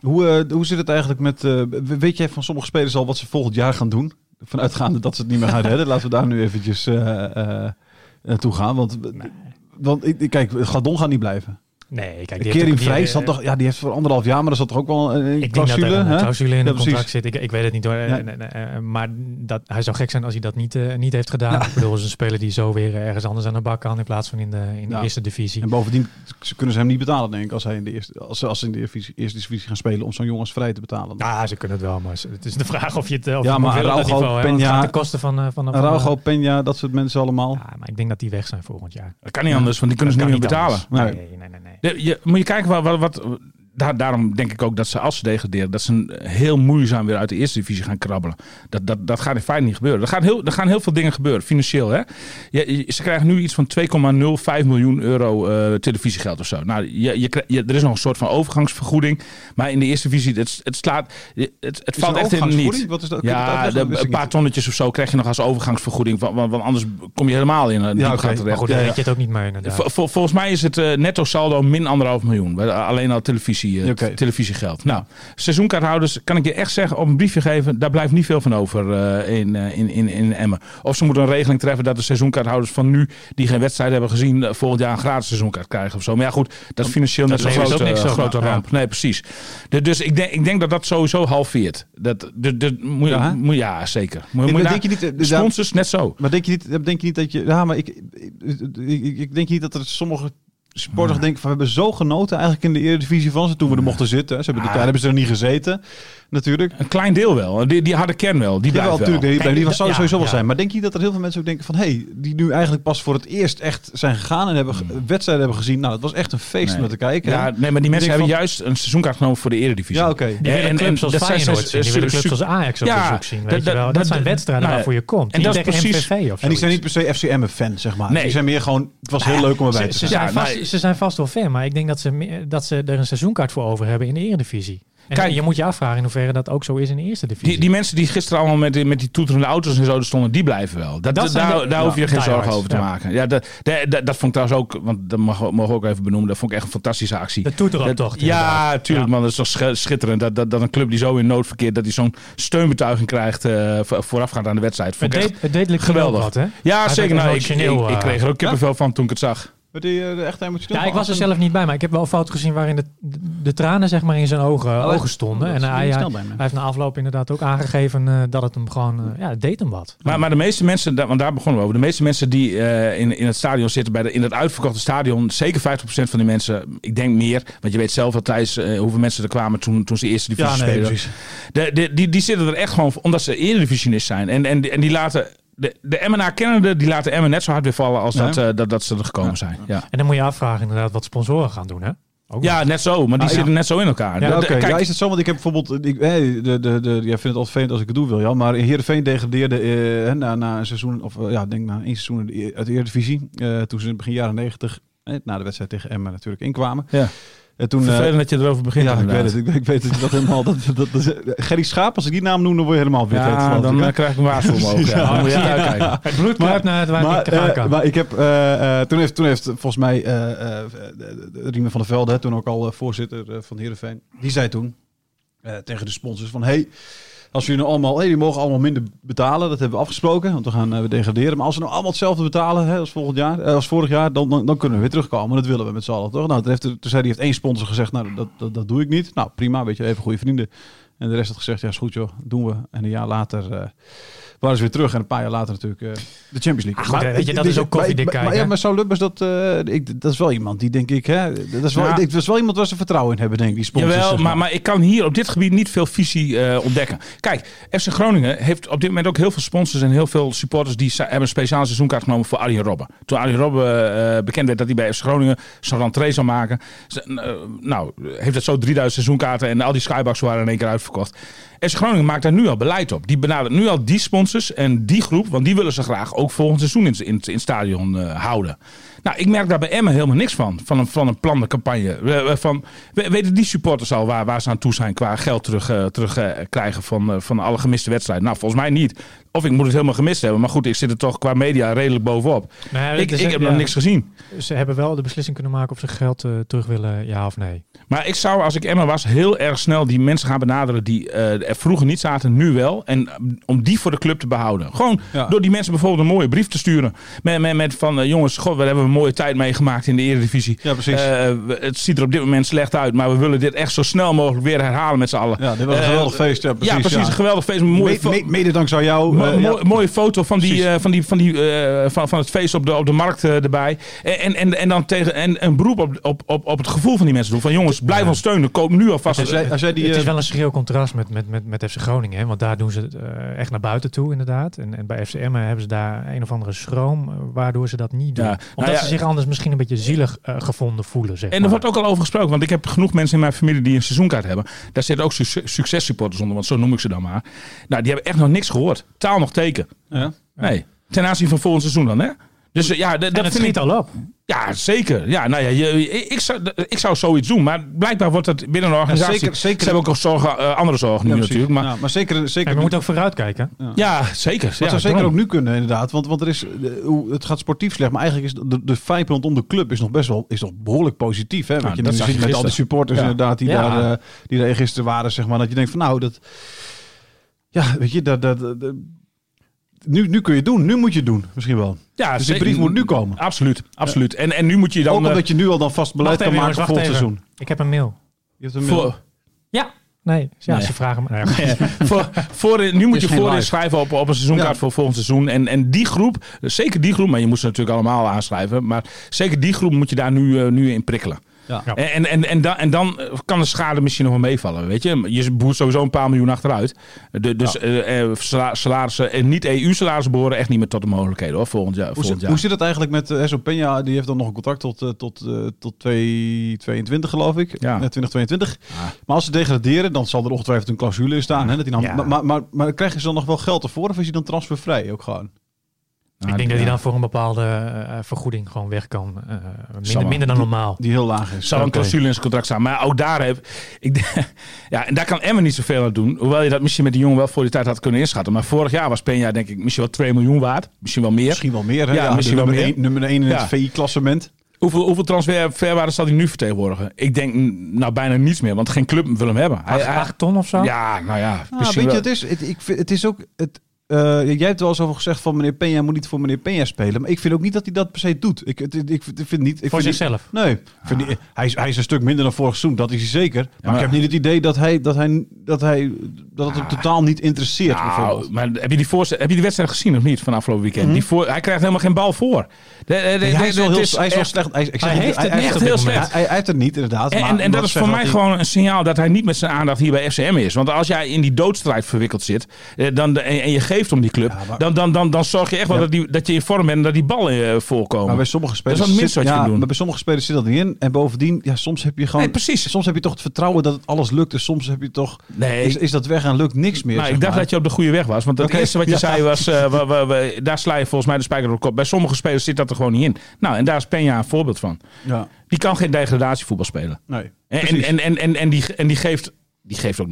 Speaker 1: Hoe, eh, hoe zit het eigenlijk met. eh, we- weet jij van sommige spelers al wat ze volgend jaar gaan doen? Vanuitgaande dat ze het niet meer gaan redden. Laten we daar nu eventjes eh, eh, naartoe gaan. Want, want ik- ik- kijk, Gladon gaat niet blijven.
Speaker 2: Nee, kijk, die heeft
Speaker 1: Kering
Speaker 2: ook- die-
Speaker 1: Vrij zat
Speaker 2: eh,
Speaker 1: toch. Ja, die heeft voor anderhalf jaar, maar er zat toch ook wel een, een
Speaker 2: Ik denk dat er
Speaker 1: clausule.
Speaker 2: een
Speaker 1: hè?
Speaker 2: clausule in
Speaker 1: Ja,
Speaker 2: het contract
Speaker 1: precies.
Speaker 2: zit. Ik, ik weet het niet hoor. Eh,
Speaker 1: Ja.
Speaker 2: nee, nee, eh, maar dat, hij zou gek zijn als hij dat niet, eh, niet heeft gedaan. Ik bedoel, het is een speler die zo weer eh, ergens anders aan de bak kan in plaats van in de, in de
Speaker 1: Ja.
Speaker 2: eerste divisie.
Speaker 1: En bovendien ze kunnen ze hem niet betalen, denk ik, als, hij in de eerste, als, ze- als ze in de eerste eerste divisie gaan spelen om zo'n jongens vrij te betalen.
Speaker 2: Nou, ze kunnen het wel, maar ze- het is de vraag of je het eh, of
Speaker 1: Ja,
Speaker 2: je het
Speaker 1: maar
Speaker 2: wil op dat
Speaker 1: Araujo,
Speaker 2: niveau, hè, want het
Speaker 1: Peña-
Speaker 2: gaat ten koste van... eh, van, van
Speaker 1: Araujo, Peña, dat soort mensen allemaal.
Speaker 2: Ja, maar ik denk dat die weg zijn volgend jaar.
Speaker 3: Dat kan niet anders, want die kunnen ze
Speaker 2: Dat
Speaker 3: niet
Speaker 2: kan
Speaker 3: meer
Speaker 2: niet
Speaker 3: betalen.
Speaker 2: anders.
Speaker 1: betalen.
Speaker 2: Nee, nee, nee. nee.
Speaker 3: De- je, moet je kijken wat. wat, wat daar, daarom denk ik ook dat ze als ze degraderen, dat ze een- heel moeizaam weer uit de eerste divisie gaan krabbelen. Dat, dat, dat gaat in feite niet gebeuren. Er gaan heel, er gaan heel veel dingen gebeuren, financieel. Hè? Je, je- ze krijgen nu iets van 2,05 miljoen euro eh, televisiegeld of zo. Nou, je, je, krij- je- er is nog een soort van overgangsvergoeding. Maar in de eerste divisie, het, het slaat. Het, het
Speaker 1: Is er
Speaker 3: valt echt in het niet.
Speaker 1: overgangsvoeding? Wat is dat? Kun je dat
Speaker 3: Ja,
Speaker 1: uitleggen?
Speaker 3: de-
Speaker 1: Dat wist
Speaker 3: een
Speaker 1: ik
Speaker 3: paar
Speaker 1: niet.
Speaker 3: tonnetjes of zo krijg je nog als overgangsvergoeding. Want, want want anders kom je helemaal in eh, een
Speaker 1: oké.
Speaker 3: diepgaand terecht.
Speaker 2: Maar goed, dan
Speaker 1: Ja, ja.
Speaker 2: weet je het ook niet mee inderdaad.
Speaker 3: Vol- vol- volgens mij is het eh, netto saldo min anderhalf miljoen. Bij de- Alleen al televisie, eh,
Speaker 1: Oké.
Speaker 3: t- televisiegeld. Nou, seizoenkaarthouders, kan ik je echt zeggen, op een briefje geven, daar blijft niet veel van over eh, in, eh, in, in, in Emmen. Of ze moeten een regeling treffen dat de seizoenkaarthouders van nu, die geen wedstrijden hebben gezien, eh, volgend jaar een gratis seizoenkaart krijgen of zo. Maar ja, goed, dat is financieel net zo'n
Speaker 2: levert ook
Speaker 3: grote,
Speaker 2: niks op.
Speaker 3: grote
Speaker 2: Ja.
Speaker 3: ramp. Nee, precies. De- dus ik denk, ik denk dat dat sowieso halveert. Dat, de, de, moet, je-
Speaker 1: Ja, hè?
Speaker 3: moet, ja, zeker. Moet,
Speaker 1: Ik
Speaker 3: moet je
Speaker 1: denk je
Speaker 3: na-
Speaker 1: niet, eh,
Speaker 3: de
Speaker 1: daar-
Speaker 3: sponsors, net zo.
Speaker 1: Maar denk je niet, denk je niet dat je. Ja, maar ik, ik, ik, ik denk niet dat er sommige supporters denken van we hebben zo genoten eigenlijk in de Eredivisie van ze toen we er mochten zitten. hè. Ze hebben die tijd hebben ze er niet gezeten, natuurlijk.
Speaker 3: Een klein deel wel. Die, die harde kern wel. Die
Speaker 1: Ja,
Speaker 3: blijft
Speaker 1: wel,
Speaker 3: wel.
Speaker 1: natuurlijk. Die, bij die was
Speaker 2: dat-
Speaker 1: zou
Speaker 2: ja,
Speaker 1: sowieso wel
Speaker 2: ja.
Speaker 1: zijn. Maar denk je niet dat er heel veel mensen ook denken van... hé, hey, die nu eigenlijk pas voor het eerst echt zijn gegaan... en hebben ge-
Speaker 2: Hmm.
Speaker 1: wedstrijden hebben gezien. Nou, het was echt een feest om
Speaker 3: Nee.
Speaker 1: naar te kijken. hè.
Speaker 3: Ja, nee, maar
Speaker 1: eh,
Speaker 3: die mensen
Speaker 1: denk
Speaker 3: hebben
Speaker 1: van-
Speaker 3: juist een seizoenkaart genomen voor de Eredivisie.
Speaker 1: Ja, oké. Die
Speaker 2: Die willen clubs als
Speaker 3: dat zijn
Speaker 2: Feyenoord zien,
Speaker 3: zes-
Speaker 2: die willen clubs
Speaker 3: zes-
Speaker 2: als Ajax op
Speaker 3: Ja,
Speaker 2: bezoek zien. Weet
Speaker 3: dat-
Speaker 2: je wel. Dat,
Speaker 3: dat-
Speaker 2: zijn
Speaker 3: dat-
Speaker 2: wedstrijden
Speaker 3: nou ja.
Speaker 2: waarvoor je komt.
Speaker 3: En
Speaker 2: Die
Speaker 3: dat is
Speaker 2: tegen
Speaker 3: precies-
Speaker 2: MVV of
Speaker 1: en die zijn niet
Speaker 2: zoiets.
Speaker 1: per se FCM-fan, zeg maar.
Speaker 3: Nee.
Speaker 1: Die zijn meer gewoon... Het was heel leuk om erbij te
Speaker 2: ze,
Speaker 1: zijn.
Speaker 2: ze zijn
Speaker 3: Ja,
Speaker 2: vast,
Speaker 3: maar-
Speaker 2: ze zijn vast wel fan, maar ik denk dat ze, meer- dat ze er een seizoenkaart voor over hebben in de Eredivisie. En
Speaker 3: Kijk-
Speaker 2: je moet je afvragen in hoeverre dat ook zo is in de Eerste Divisie.
Speaker 3: Die, die mensen die gisteren allemaal met, die- met die toeterende auto's en zo er stonden, die blijven wel. Dat,
Speaker 2: Dat zijn
Speaker 3: daar
Speaker 2: de-
Speaker 3: daar
Speaker 2: ja,
Speaker 3: hoef je geen zorgen
Speaker 2: diehards,
Speaker 3: over te
Speaker 2: ja.
Speaker 3: maken. Ja, dat, dat, dat, dat vond ik trouwens ook, want dat mag, mag ik ook even benoemen, dat vond ik echt een fantastische actie.
Speaker 2: de toeteraptocht.
Speaker 3: Dat- Ja,
Speaker 2: inderdaad.
Speaker 3: tuurlijk man. Dat is toch sch- schitterend. Dat, dat, dat een club die zo in nood verkeert, dat hij zo'n steunbetuiging krijgt eh, voor- voorafgaand aan de wedstrijd.
Speaker 2: Het
Speaker 3: Vond ik echt
Speaker 2: deed, het deed Lukien ook
Speaker 3: geweldig.
Speaker 2: wat, hè?
Speaker 3: Ja,
Speaker 2: Hij
Speaker 3: zeker.
Speaker 2: werd
Speaker 3: Nou, ik, ik,
Speaker 2: emotioneel,
Speaker 3: ik
Speaker 2: eh.
Speaker 3: kreeg er ook kippenvel van toen ik het zag.
Speaker 1: Werd hij eh, echt emotioneel?
Speaker 2: Ja, ik
Speaker 1: van
Speaker 2: was er
Speaker 1: Assen?
Speaker 2: zelf niet bij, maar ik heb wel een foto gezien waarin de, de, de tranen zeg maar in zijn ogen,
Speaker 1: Oh,
Speaker 2: ogen stonden.
Speaker 1: dat
Speaker 2: En
Speaker 1: is
Speaker 2: hij,
Speaker 1: niet
Speaker 2: hij,
Speaker 1: snel bij me.
Speaker 2: hij heeft na afloop inderdaad ook aangegeven eh, dat het hem gewoon, eh, ja, het deed hem wat.
Speaker 3: Maar, maar de meeste mensen, da- want daar begonnen we over. De meeste mensen die eh, in, in het stadion zitten, bij de, in het uitverkochte stadion, zeker 50% van die mensen, ik denk meer, want je weet zelf wel Thijs, eh, hoeveel mensen er kwamen toen, toen ze eerste divisie
Speaker 1: Ja, nee,
Speaker 3: spelen.
Speaker 1: precies.
Speaker 3: De, de, die, die zitten er echt gewoon, voor, omdat ze eredivisionist zijn. En, en, en die laten, de, de MNA kennende, die laten Emmen net zo hard weer vallen als
Speaker 1: Ja.
Speaker 3: dat, eh, dat, dat ze er gekomen
Speaker 1: Ja.
Speaker 3: zijn. Ja.
Speaker 2: En dan moet je afvragen inderdaad wat sponsoren gaan doen, hè? Ook nog.
Speaker 3: ja, net zo, maar die
Speaker 1: Ah, ja.
Speaker 3: zitten net zo in elkaar.
Speaker 2: Ja,
Speaker 3: De-
Speaker 1: Ja,
Speaker 3: de-
Speaker 1: oké.
Speaker 3: kijk,
Speaker 1: ja, is het zo? Want ik heb bijvoorbeeld... Ik, hey, de, de, de, jij vindt het altijd vervelend als ik het doe, Wiljan. Maar Heerenveen degradeerde eh, na, na een seizoen... Of eh, ja, ik denk na één seizoen uit de- E- uit de Eredivisie. eh toen ze in begin jaren negentig... eh, na de wedstrijd tegen Emmen natuurlijk inkwamen.
Speaker 3: Ja.
Speaker 1: En toen... eh,
Speaker 3: vervelend dat je erover begint.
Speaker 1: ja, ik
Speaker 3: inderdaad.
Speaker 1: weet het. Ik, ik weet het. Dat helemaal... Dat, dat, dat, Gerry Schaap, als ik die naam noem, dan word je helemaal wit. weet je
Speaker 3: Ja,
Speaker 1: wel.
Speaker 3: dan eh, krijg ik een waarschuwing omhoog. Ja. Dan moet je uitkijken.
Speaker 2: Het bloed
Speaker 1: Maar-
Speaker 2: kruipt naar het waar
Speaker 1: Maar,
Speaker 2: het niet gaan
Speaker 1: eh,
Speaker 2: kan.
Speaker 1: maar ik heb, eh, eh, toen, heeft, toen heeft volgens mij eh eh, de- de- Riemen van der Velde, hè, toen ook al eh, voorzitter eh, van Heerenveen, die zei toen eh, tegen de sponsors van... Hey, als jullie nou allemaal, hey, die mogen allemaal minder betalen, dat hebben we afgesproken, want we gaan eh, we degraderen. Maar als ze nou allemaal hetzelfde betalen hè, als, volgend jaar, eh, als vorig jaar, dan, dan, dan kunnen we weer terugkomen. Dat willen we met z'n allen, toch? Nou, toen, heeft, toen zei die heeft één sponsor gezegd, nou, dat, dat, dat doe ik niet. Nou, prima, weet je, even goede vrienden. En de rest had gezegd, ja, is goed joh, doen we. En een jaar later eh, waren ze weer terug. En een paar jaar later natuurlijk eh, de Champions League.
Speaker 2: Ah, goed, hè, weet je, dat is ook
Speaker 1: maar-
Speaker 2: koffiedik
Speaker 1: maar- maar-
Speaker 2: kijken,
Speaker 1: ja,
Speaker 2: hè?
Speaker 1: maar zou Lubbers, dat, eh, ik, dat is wel iemand die, denk ik, hè, dat, is wel,
Speaker 3: Ja.
Speaker 1: ik- dat is wel iemand waar ze vertrouwen in hebben, denk ik, die sponsors.
Speaker 3: Jawel,
Speaker 1: zeg
Speaker 3: maar, maar ik kan hier op dit gebied niet veel visie eh, ontdekken. Kijk, FC Groningen heeft op dit moment ook heel veel sponsors en heel veel supporters die sa- hebben een speciale seizoenkaart genomen voor Arjen Robben. Toen Arjen Robben eh, bekend werd dat hij bij FC Groningen zijn rentree zou maken, ze- eh, nou, heeft dat zo 3000 seizoenkaarten en al die skybox waren in één keer uitverkocht. FC Groningen maakt daar nu al beleid op. Die benadert nu al die sponsors en die groep, want die willen ze graag ook volgend seizoen in, in, in het stadion eh, houden. Nou, ik merk daar bij Emmen helemaal niks van. Van een, van een plannen campagne. We- we- Van, we- weten die supporters al waar, waar ze aan toe zijn qua geld terugkrijgen terug, eh, krijgen van, eh, van alle gemiste wedstrijden? Nou, volgens mij niet. Of ik moet het helemaal gemist hebben. Maar goed, ik zit er toch qua media redelijk bovenop.
Speaker 2: Nee, dat
Speaker 3: ik
Speaker 2: is-
Speaker 3: ik heb
Speaker 2: ja,
Speaker 3: nog niks gezien.
Speaker 2: Ze hebben wel de beslissing kunnen maken of ze geld eh, terug willen, ja of nee.
Speaker 3: Maar ik zou, als ik Emma was, heel erg snel die mensen gaan benaderen die eh, er vroeger niet zaten, nu wel. En eh, om die voor de club te behouden. Gewoon
Speaker 1: Ja.
Speaker 3: door die mensen bijvoorbeeld een mooie brief te sturen. Met, met, met van, eh, jongens, god, we hebben een mooie tijd meegemaakt in de Eredivisie.
Speaker 1: Ja, precies.
Speaker 3: Eh, we- het ziet er op dit moment slecht uit, maar we willen dit echt zo snel mogelijk weer herhalen met z'n allen.
Speaker 1: Ja, dit was een
Speaker 3: Eh,
Speaker 1: geweldig feest, ja, precies.
Speaker 3: ja, precies. Een geweldig feest. Een mooie,
Speaker 1: Mede,
Speaker 3: fo-
Speaker 1: mede- mede dankzij jou.
Speaker 3: mo-
Speaker 1: eh, ja.
Speaker 3: mo- mooie foto van, die,
Speaker 1: Precies.
Speaker 3: eh, van, die, van, die, eh, van, van het feest op de, op de markt eh, erbij. En, en- en, en dan tegen, en, een beroep op, op, op, op het gevoel van die mensen doen. Van jongens, blijf ons steunen. Koop nu alvast.
Speaker 1: Als jij, als jij die,
Speaker 2: het is
Speaker 1: eh,
Speaker 2: wel een schril contrast met, met, met, met FC Groningen. Hè? Want daar doen ze het eh, echt naar buiten toe, inderdaad. En, en bij FCM hebben ze daar een of andere schroom, eh, waardoor ze dat niet doen.
Speaker 3: Ja, nou
Speaker 2: Omdat
Speaker 3: ja.
Speaker 2: ze zich anders misschien een beetje zielig eh, gevonden voelen, zeg
Speaker 3: En er
Speaker 2: maar.
Speaker 3: wordt ook al over gesproken, want ik heb genoeg mensen in mijn familie die een seizoenkaart hebben. Daar zitten ook suc- successupporters onder, want zo noem ik ze dan maar. Nou, die hebben echt nog niks gehoord. Taal nog teken.
Speaker 1: ja.
Speaker 3: Nee. Ten aanzien van volgend seizoen dan, hè? Dus eh, ja, d- dat
Speaker 2: en het
Speaker 3: vind ik
Speaker 2: schiet al op.
Speaker 3: Ja, zeker. Ja, nou ja, je, ik, ik zou, ik zou zoiets doen. Maar blijkbaar wordt dat binnen een organisatie...
Speaker 1: Ja, zeker- zeker.
Speaker 3: Ze hebben ook al zorgen, eh, andere zorgen nu
Speaker 1: Ja, precies.
Speaker 3: natuurlijk. Maar, ja.
Speaker 1: Ja, maar zeker, zeker
Speaker 2: En we moeten ook vooruitkijken.
Speaker 3: zeker. Ja,
Speaker 1: Dat zou zeker
Speaker 3: daarom.
Speaker 1: ook nu kunnen, inderdaad. Want, want er is, eh, hoe- het gaat sportief slecht. Maar eigenlijk is de, de vibe rondom de club is nog best wel is nog behoorlijk positief. Hè? Wat je
Speaker 3: dat
Speaker 1: nu
Speaker 3: zag
Speaker 1: ziet
Speaker 3: je
Speaker 1: met al die
Speaker 3: gisteren.
Speaker 1: supporters
Speaker 3: Ja.
Speaker 1: inderdaad die,
Speaker 2: Ja.
Speaker 1: daar, eh, die daar gisteren waren. Zeg maar, dat je denkt van nou, dat... Ja, weet je, dat... dat, dat- nu, nu kun je het doen. Nu moet je het doen, misschien wel.
Speaker 3: Ja,
Speaker 1: Dus die
Speaker 3: zeker.
Speaker 1: brief moet nu komen.
Speaker 3: Absoluut, absoluut. En, en nu moet je dan...
Speaker 1: Ook
Speaker 3: eh,
Speaker 1: omdat je nu al dan vast beleid
Speaker 2: Wacht
Speaker 1: kan
Speaker 2: even,
Speaker 1: maken
Speaker 2: jongens,
Speaker 1: voor
Speaker 2: wacht
Speaker 1: volgend
Speaker 2: even.
Speaker 1: seizoen.
Speaker 2: Ik heb een mail.
Speaker 1: Je hebt een mail.
Speaker 3: voor,
Speaker 2: Ja. Nee, ja,
Speaker 3: Nee.
Speaker 2: ze vragen me. Nou ja, goed.
Speaker 3: voor, voor, nu moet
Speaker 1: Is
Speaker 3: je
Speaker 1: geen
Speaker 3: voorin
Speaker 1: live.
Speaker 3: schrijven op, op een seizoenkaart
Speaker 1: Ja.
Speaker 3: voor volgend seizoen. En, en die groep, zeker die groep, maar je moet ze natuurlijk allemaal aanschrijven. Maar zeker die groep moet je daar nu, eh, nu in prikkelen.
Speaker 1: Ja.
Speaker 2: Ja.
Speaker 3: En, en, en, dan, en dan eh, kan de schade misschien nog wel meevallen. Weet je? je boert sowieso een paar miljoen achteruit. De, dus eh, eh, sala- salarissen, en niet EU-salarissen behoren echt niet meer tot de mogelijkheden hoor, volgend jaar.
Speaker 1: Hoe,
Speaker 3: volgend
Speaker 1: zit-
Speaker 3: jaar.
Speaker 1: hoe zit het eigenlijk met eh, SO Peña? Die heeft dan nog een contract tot, eh, tot, eh, tot 2022, geloof ik.
Speaker 3: Ja.
Speaker 1: Eh, 2022. Maar als ze degraderen, dan zal er ongetwijfeld een clausule in staan. Hè, dat die dan,
Speaker 2: Ja.
Speaker 1: maar, maar, maar, maar krijgen ze dan nog wel geld ervoor? Of is hij dan transfervrij ook gewoon? Ah,
Speaker 2: ik denk dat
Speaker 3: ja.
Speaker 2: hij dan voor een bepaalde eh, vergoeding gewoon weg kan. eh,
Speaker 3: Zal
Speaker 2: minder,
Speaker 3: maar.
Speaker 2: minder dan normaal.
Speaker 1: Die heel laag is.
Speaker 3: Zal een
Speaker 1: Oké.
Speaker 3: clausule in zijn contract staan. Maar ook daar heb ik. denk- Ja, en daar kan Emmen niet zoveel aan doen. Hoewel je dat misschien met die jongen wel voor die tijd had kunnen inschatten. Maar vorig jaar was Peña, denk ik, misschien wel 2 miljoen waard. Misschien wel meer.
Speaker 1: Misschien wel meer. Ah, Hè?
Speaker 3: Ja,
Speaker 1: de
Speaker 3: misschien wel
Speaker 1: nummer
Speaker 3: meer.
Speaker 1: één- nummer 1 in
Speaker 3: Ja.
Speaker 1: het VI-klassement.
Speaker 3: Hoeveel, hoeveel transferwaarde zal hij nu vertegenwoordigen? Ik denk mm, nou bijna niets meer. Want geen club wil hem hebben. Hij,
Speaker 2: Acht,
Speaker 3: hij-
Speaker 2: acht ton of zo?
Speaker 3: ja, nou ja.
Speaker 1: Ah,
Speaker 3: misschien
Speaker 1: weet je,
Speaker 3: wel.
Speaker 1: het is, het, ik vind, het is ook... Het, eh, jij hebt er wel eens over gezegd van meneer Peña moet niet voor meneer Peña spelen. Maar ik vind ook niet dat hij dat per se doet. Ik, het- ik, ik vind niet... Ik
Speaker 2: Voor
Speaker 1: vind niet-
Speaker 2: zichzelf.
Speaker 1: Nee, ik vind die- hij, is, hij is een stuk minder dan vorig seizoen, dat is hij zeker. Maar,
Speaker 3: Ah. maar- Ah.
Speaker 1: ik heb niet het idee dat hij dat, hij, dat, hij, dat het hem totaal niet interesseert.
Speaker 3: Nou,
Speaker 1: bijvoorbeeld.
Speaker 3: maar heb je, die voorzet, heb je die wedstrijd gezien of niet van afgelopen weekend? die voor, hij krijgt helemaal geen bal voor. De- de- de-
Speaker 1: Mhm. Nee, hij is
Speaker 3: de-
Speaker 1: wel
Speaker 3: het
Speaker 1: heel
Speaker 3: is
Speaker 1: hij is wel
Speaker 3: echt-
Speaker 1: slecht. Hij, ik zeg
Speaker 2: Hij
Speaker 1: niet-
Speaker 2: heeft het niet
Speaker 1: hij-
Speaker 2: op
Speaker 1: hij-
Speaker 2: dit
Speaker 1: hij-
Speaker 2: moment.
Speaker 1: Hij, hij heeft het niet, inderdaad.
Speaker 3: En,
Speaker 1: maar
Speaker 3: en, en
Speaker 1: omdat
Speaker 3: dat is
Speaker 1: ze
Speaker 3: voor mij
Speaker 1: zeggen dat hij-
Speaker 3: gewoon een signaal dat hij niet met zijn aandacht hier bij FCM is. Want als jij in die doodstrijd verwikkeld zit eh, dan, de- en, en je geeft om die club,
Speaker 1: Ja, maar-
Speaker 3: dan, dan, dan, dan zorg je echt wel
Speaker 1: Ja.
Speaker 3: dat, die, dat je in vorm bent en dat die ballen eh, voorkomen.
Speaker 1: Maar bij sommige spelers
Speaker 3: Dat is wel het
Speaker 1: zit-
Speaker 3: minste wat je
Speaker 1: ja,
Speaker 3: kunt doen.
Speaker 1: Maar bij sommige spelers zit dat niet in. En bovendien, ja, soms heb je gewoon.
Speaker 3: Nee, precies.
Speaker 1: Soms heb je toch het vertrouwen dat het alles lukt. En soms heb je toch.
Speaker 3: Nee.
Speaker 1: Is, is dat weg en lukt niks meer.
Speaker 3: Nou,
Speaker 1: zeg
Speaker 3: ik dacht
Speaker 1: maar.
Speaker 3: dat je op de goede weg was. Want het
Speaker 1: Oké,
Speaker 3: eerste wat je
Speaker 1: ja.
Speaker 3: zei was, eh, wa- wa- wa- daar sla je volgens mij de spijker op de kop. Bij sommige spelers zit dat er gewoon niet in. Nou, en daar is Peña een voorbeeld van.
Speaker 1: Ja.
Speaker 3: Die kan geen degradatievoetbal spelen.
Speaker 1: Nee.
Speaker 3: En,
Speaker 1: precies.
Speaker 3: en, en, en, en, die, en die, geeft, die geeft ook.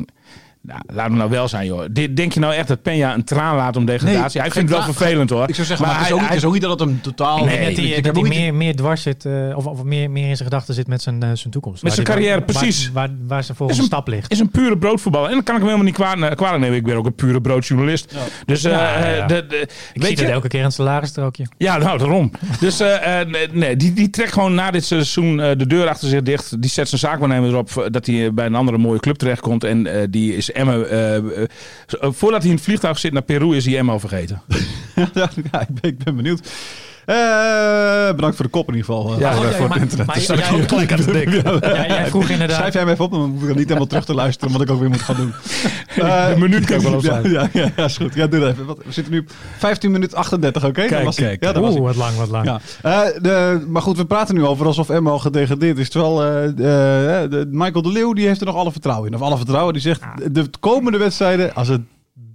Speaker 3: Nou, laat me nou wel zijn, joh. Dit- Denk je nou echt dat Peña een traan laat om degradatie?
Speaker 1: Nee,
Speaker 3: hij vindt het wel
Speaker 1: geen
Speaker 3: vervelend hoor.
Speaker 1: ik zou zeggen, maar,
Speaker 3: hij,
Speaker 1: het, is ook, niet-
Speaker 3: hij-
Speaker 1: het is ook niet dat het hem totaal.
Speaker 3: Nee,
Speaker 2: dat
Speaker 3: ik
Speaker 2: hij, eh,
Speaker 3: heb
Speaker 2: dat
Speaker 3: ook
Speaker 2: hij
Speaker 3: niet-
Speaker 2: meer, meer dwars zit, eh, of, of meer, meer in zijn gedachten zit met zijn, eh, zijn toekomst.
Speaker 3: Met
Speaker 2: Waar
Speaker 3: zijn
Speaker 2: die- waar-
Speaker 3: carrière,
Speaker 2: waar-
Speaker 3: precies.
Speaker 2: Waar, waar, zijn volgende
Speaker 3: Is een-
Speaker 2: stap ligt.
Speaker 3: is een pure broodvoetballer. En dan kan ik hem helemaal niet kwaad, kwaad nemen. Ik ben ook een pure broodjournalist. Dus eh,
Speaker 2: Ja, ja, ja.
Speaker 3: de- de-
Speaker 2: Ik
Speaker 3: weet
Speaker 2: zie dat
Speaker 3: je,
Speaker 2: elke keer een salarisstrookje.
Speaker 3: Ja, nou, daarom. Dus eh, eh, nee, nee, die, die trekt gewoon na dit seizoen eh, de deur achter zich dicht. Die zet zijn zaakwaarnemer erop eh, dat hij eh, bij een andere mooie club terechtkomt. En eh, die is Emmen... eh, eh, zo- eh, voordat hij in het vliegtuig zit naar Peru is hij Emmen al vergeten.
Speaker 1: ja, ik, ben, ik ben benieuwd. Eh, bedankt voor de kop in ieder geval. eh,
Speaker 3: Ja,
Speaker 1: voor,
Speaker 3: oh, ja,
Speaker 1: voor het internet.
Speaker 2: Maar jij ook gelijk aan het denken. Ja, jij vroeg
Speaker 1: Schrijf
Speaker 2: inderdaad.
Speaker 1: jij hem even op, dan hoef ik dat niet helemaal terug te luisteren, wat ik ook weer moet gaan doen. Eh,
Speaker 3: Een minuut kan ik wel op
Speaker 1: ja,
Speaker 3: zijn.
Speaker 1: ja, ja, ja, is goed. Ja, doe dat even. Wat, we zitten nu op 15 minuten 38, oké?
Speaker 3: Kijk,
Speaker 1: Dat was hij.
Speaker 3: kijk.
Speaker 1: Ja, dat was
Speaker 2: Oeh,
Speaker 1: hij.
Speaker 2: wat lang, wat lang.
Speaker 1: Ja. Eh, de, maar goed, we praten nu over alsof Emma al gedegradeerd is. Terwijl eh, eh, de- Michael de Leeuw die heeft er nog alle vertrouwen in. Of alle vertrouwen. Die zegt de, de komende wedstrijden, als het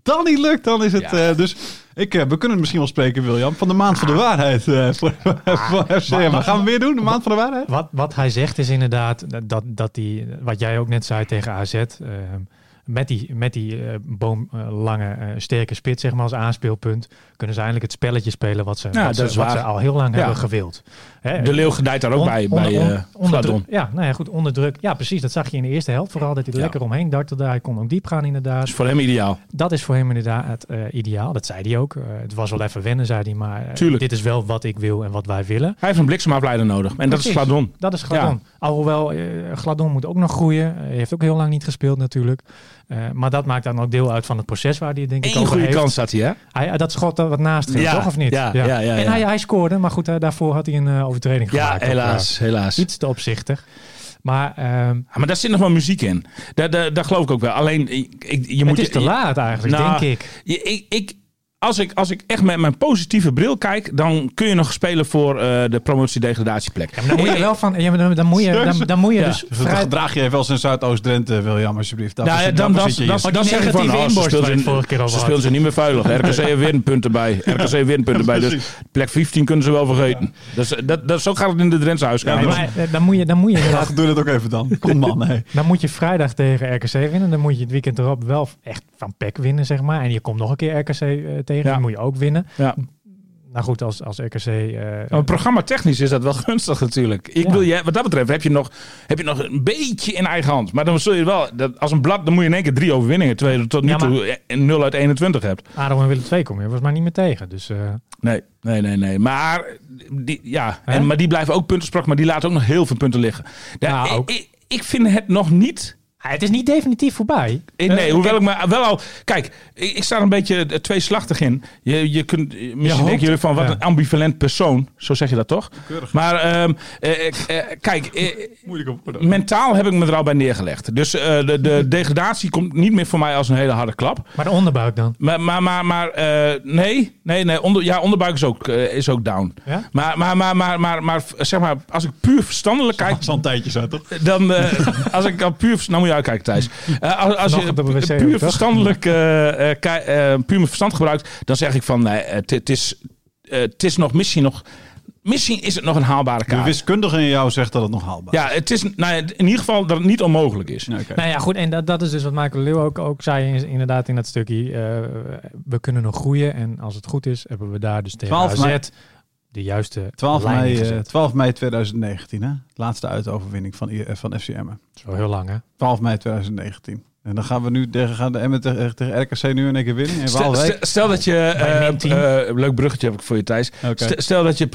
Speaker 1: dan niet lukt, dan is het.
Speaker 3: Ja.
Speaker 1: eh, dus ik, eh, we kunnen het misschien wel spreken, William, van de maand van de waarheid. eh, voor, voor FC Emmen. Gaan we weer doen, de maand van de waarheid?
Speaker 2: Wat, wat hij zegt is inderdaad dat- dat, dat die, wat jij ook net zei tegen AZ, ehm, met die, met die eh, boomlange eh, sterke spit zeg maar als aanspeelpunt, kunnen ze eindelijk het spelletje spelen wat ze,
Speaker 3: Ja,
Speaker 2: wat ze,
Speaker 3: dat is
Speaker 2: wat
Speaker 3: waar.
Speaker 2: ze al heel lang
Speaker 3: Ja.
Speaker 2: hebben gewild. Hè,
Speaker 3: De Leeuw gedijt daar ook
Speaker 2: on-
Speaker 3: bij,
Speaker 2: onder-
Speaker 3: bij
Speaker 2: on-
Speaker 3: eh
Speaker 2: onder druk-
Speaker 3: Gladon.
Speaker 2: Ja, nou ja, goed, onder druk. Ja, precies. Dat zag je in de eerste helft vooral, dat hij er
Speaker 3: Ja.
Speaker 2: lekker omheen dartelde. Hij kon ook diep gaan
Speaker 3: Dat
Speaker 2: inderdaad.
Speaker 3: is voor hem ideaal.
Speaker 2: Dat is voor hem inderdaad eh, ideaal. Dat zei hij ook. Eh, het was wel even wennen, zei hij, maar eh,
Speaker 3: Tuurlijk.
Speaker 2: dit is wel wat ik wil en wat wij willen.
Speaker 3: Hij heeft een bliksemafleider nodig. En dat is
Speaker 2: Precies.
Speaker 3: Gladon.
Speaker 2: Dat is Gladon. Alhoewel, eh, Gladon moet ook nog groeien. Eh, Hij heeft ook heel lang niet gespeeld natuurlijk. Eh, maar dat maakt dan ook deel uit van het proces waar hij denk ik
Speaker 3: Eén
Speaker 2: over
Speaker 3: goede
Speaker 2: heeft.
Speaker 3: kans had hij, hè?
Speaker 2: Hij, eh, dat schot er wat naast ging,
Speaker 3: Ja,
Speaker 2: toch of niet?
Speaker 3: ja, ja, ja,
Speaker 2: en
Speaker 3: ja.
Speaker 2: hij, hij scoorde, maar goed, eh, daarvoor had hij een eh, overtreding
Speaker 3: Ja,
Speaker 2: gemaakt. Ook,
Speaker 3: helaas. helaas.
Speaker 2: eh, iets te opzichtig. Maar ehm,
Speaker 3: Ja, maar daar zit nog wel muziek in. Daar, daar, daar geloof ik ook wel. Alleen, ik, ik- je moet...
Speaker 2: het is
Speaker 3: je-
Speaker 2: te
Speaker 3: je-
Speaker 2: laat eigenlijk,
Speaker 3: Nou,
Speaker 2: denk ik.
Speaker 3: Je- ik, ik, als, ik, als ik echt met mijn positieve bril kijk, dan kun je nog spelen voor eh, de promotie-degradatieplek.
Speaker 2: Dan moet je wel van, ja, maar dan, dan moet je, dan, dan moet je
Speaker 3: Ja.
Speaker 2: dus
Speaker 1: Dus dat
Speaker 2: vrij...
Speaker 1: gedraag je even als een Zuidoost-Drenthe, William, alsjeblieft. Daarvoor
Speaker 3: Nou ja,
Speaker 1: zit-
Speaker 3: dan,
Speaker 1: daarvoor
Speaker 3: dan,
Speaker 1: zit je hier.
Speaker 3: dan, dan,
Speaker 2: die
Speaker 3: zeg je van,
Speaker 2: negatieve
Speaker 3: oh,
Speaker 2: inborst waar
Speaker 3: ze speelden,
Speaker 2: je het vorige keer over
Speaker 3: ze
Speaker 2: had.
Speaker 3: speelden ze niet meer veilig. RKC heeft weer een punt erbij. RKC heeft weer een punt erbij. Dus plek 15 kunnen ze wel vergeten. Dus eh, dat, dat, zo gaat het in de Drentse huiskamer.
Speaker 2: Maar, eh, dan moet je, dan moet je inderdaad
Speaker 1: Ach, doe dat ook even dan. Kom man, nee.
Speaker 2: Dan moet je vrijdag tegen RKC winnen. Dan moet je het weekend erop wel echt van PEC winnen, zeg maar. En je komt nog een keer RKC eh, tegen.
Speaker 3: Ja.
Speaker 2: Dan moet je ook winnen.
Speaker 3: Ja.
Speaker 2: Nou goed, als, als RKC... eh,
Speaker 3: Maar programma technisch is dat wel gunstig natuurlijk. Ik
Speaker 2: Ja.
Speaker 3: wil je, wat dat betreft heb je, nog, heb je nog een beetje in eigen hand. Maar dan zul je wel, dat, als een blad, dan moet je in één keer drie overwinningen. Terwijl je tot nu
Speaker 2: Ja, maar-
Speaker 3: toe eh, 0 uit 21 hebt.
Speaker 2: ADO en Willem II kom je volgens mij niet meer tegen. Dus eh,
Speaker 3: Nee, nee, nee, nee. Maar die, ja,
Speaker 2: Hè?
Speaker 3: en, maar die blijven ook punten sprak, maar die laten ook nog heel veel punten liggen. Ja,
Speaker 2: Nou,
Speaker 3: ik-
Speaker 2: ook.
Speaker 3: Ik, ik vind het nog niet.
Speaker 2: ah, het is niet definitief voorbij.
Speaker 3: eh,
Speaker 2: Eh,
Speaker 3: Nee, hoewel
Speaker 2: kijk,
Speaker 3: ik maar wel al. Kijk, ik, ik sta er een beetje eh, tweeslachtig in. Je, je kunt. eh, Misschien
Speaker 2: hoopt-
Speaker 3: denken jullie van wat
Speaker 2: ja.
Speaker 3: een ambivalent persoon. Zo zeg je dat toch? Maar ehm, eh, ik- eh, kijk, eh, mentaal heb ik me er al bij neergelegd. Dus eh, de, de degradatie komt niet meer voor mij als een hele harde klap.
Speaker 2: Maar de onderbuik dan?
Speaker 3: Maar, maar, maar, maar eh, nee, nee, nee. Onder, ja, onderbuik is ook, eh, is ook down.
Speaker 2: Ja?
Speaker 3: Maar, maar, maar, maar, maar, maar, zeg maar, als ik puur verstandelijk kijk,
Speaker 1: Zal een tijdje zijn, toch?
Speaker 3: dan, eh, als ik al puur, nou moet je uitkijken Thijs. Eh, als als je
Speaker 2: Vanochtend op de wc ook,
Speaker 3: puur
Speaker 2: toch?
Speaker 3: verstandelijk, eh, eh, kei- eh, puur mijn verstand gebruikt, dan zeg ik van, nee, het het is, eh, het is nog misschien nog, misschien is het nog een haalbare
Speaker 1: De
Speaker 3: kaart.
Speaker 1: wiskundige in jou zegt dat het nog haalbaar is.
Speaker 3: Ja, het is, nou, ja, in ieder geval dat het niet onmogelijk is.
Speaker 1: Nee, oké.
Speaker 2: Nou ja, goed. En dat, dat is dus wat Michael Leeuw ook, ook zei in- inderdaad in dat stukje. eh, we kunnen nog groeien. En als het goed is, hebben we daar dus tegen
Speaker 1: 12
Speaker 2: AZ
Speaker 1: mei.
Speaker 2: de juiste
Speaker 1: 12
Speaker 2: lijn
Speaker 1: mei, eh,
Speaker 2: gezet.
Speaker 1: 12 mei 2019, hè? Laatste uitoverwinning van, I- eh, van FC Emmen.
Speaker 2: Zo heel lang, hè?
Speaker 1: 12 mei 2019. En dan gaan we nu tegen, gaan de Emmen tegen, tegen RKC nu in één keer winnen. In
Speaker 3: Stel,
Speaker 1: Waalwijk.
Speaker 3: stel- stel dat je...
Speaker 2: Bij
Speaker 3: eh,
Speaker 2: min tien.
Speaker 3: eh, leuk bruggetje heb ik voor je, Thijs.
Speaker 1: Oké.
Speaker 3: Stel- Stel dat je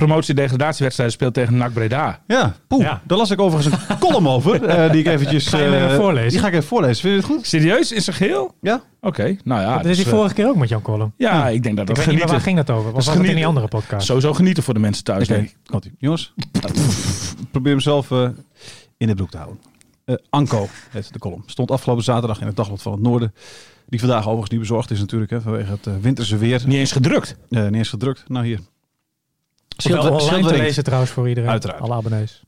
Speaker 3: promotie-degradatiewedstrijden speelt tegen NAC Breda.
Speaker 1: Ja, poeh.
Speaker 2: Ja.
Speaker 1: Daar las ik overigens een column over. eh, die ik eventjes...
Speaker 2: Ga je hem
Speaker 1: eh,
Speaker 2: even voorlezen?
Speaker 1: Die ga ik even voorlezen. Vind je het goed?
Speaker 3: Serieus? In zijn geheel? Oké,
Speaker 1: Ja?
Speaker 3: nou ja.
Speaker 2: dat is die
Speaker 3: dus, eh,
Speaker 2: vorige keer ook met Jan Colum.
Speaker 3: Ja, ik denk dat
Speaker 2: Ik weet
Speaker 3: dat
Speaker 2: niet meer waar
Speaker 3: genieten.
Speaker 2: ging dat over? Was
Speaker 3: is
Speaker 2: dat in die
Speaker 3: genieten.
Speaker 2: andere podcast?
Speaker 3: Sowieso genieten voor de mensen thuis,
Speaker 1: Oké,
Speaker 3: denk ik.
Speaker 1: komt ie. Jongens, probeer hem zelf eh, in de broek te houden. Eh, Anko, heet de column. Stond afgelopen zaterdag in het Dagblad van het Noorden. Die vandaag overigens niet bezorgd is natuurlijk, hè, vanwege het eh, winterse weer.
Speaker 3: Niet eens gedrukt.
Speaker 1: Eh, niet eens gedrukt. Nou hier.
Speaker 2: Wel
Speaker 1: Schildwer-
Speaker 2: online te
Speaker 1: Schildwering.
Speaker 2: lezen trouwens voor iedereen.
Speaker 1: Uiteraard.
Speaker 2: Alle abonnees.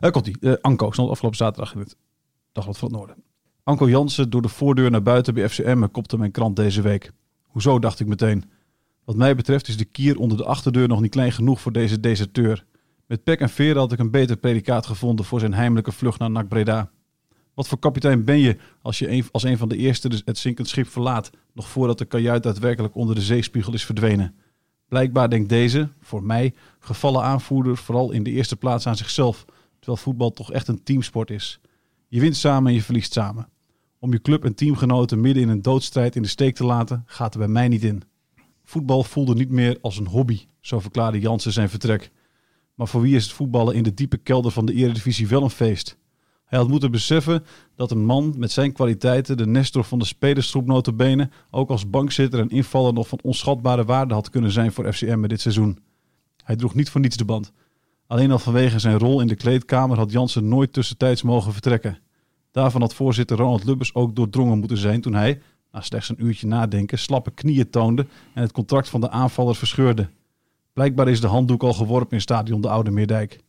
Speaker 1: Eh komt die. Anko stond afgelopen zaterdag in het Dagblad van het Noorden. Anko Jansen door de voordeur naar buiten bij FCM eh, kopte mijn krant deze week. Hoezo dacht ik meteen. Wat mij betreft is de kier onder de achterdeur nog niet klein genoeg voor deze deserteur. Met pek en veer had ik een beter predicaat gevonden voor zijn heimelijke vlucht naar NAC Breda. Wat voor kapitein ben je als je een, als een van de eerste dus het zinkend schip verlaat, nog voordat de kajuit daadwerkelijk onder de zeespiegel is verdwenen? Blijkbaar denkt deze, voor mij, gevallen aanvoerder vooral in de eerste plaats aan zichzelf, terwijl voetbal toch echt een teamsport is. Je wint samen en je verliest samen. Om je club en teamgenoten midden in een doodstrijd in de steek te laten, gaat er bij mij niet in. Voetbal voelde niet meer als een hobby, zo verklaarde Jansen zijn vertrek. Maar voor wie is het voetballen in de diepe kelder van de Eredivisie wel een feest? Hij had moeten beseffen dat een man met zijn kwaliteiten, de Nestor van de spelersgroep notabene, ook als bankzitter en invaller nog van onschatbare waarde had kunnen zijn voor FCM met dit seizoen. Hij droeg niet voor niets de band. Alleen al vanwege zijn rol in de kleedkamer had Jansen nooit tussentijds mogen vertrekken. Daarvan had voorzitter Ronald Lubbers ook doordrongen moeten zijn toen hij, na slechts een uurtje nadenken, slappe knieën toonde en het contract van de aanvaller verscheurde. Blijkbaar is de handdoek al geworpen in stadion de Oude Meerdijk.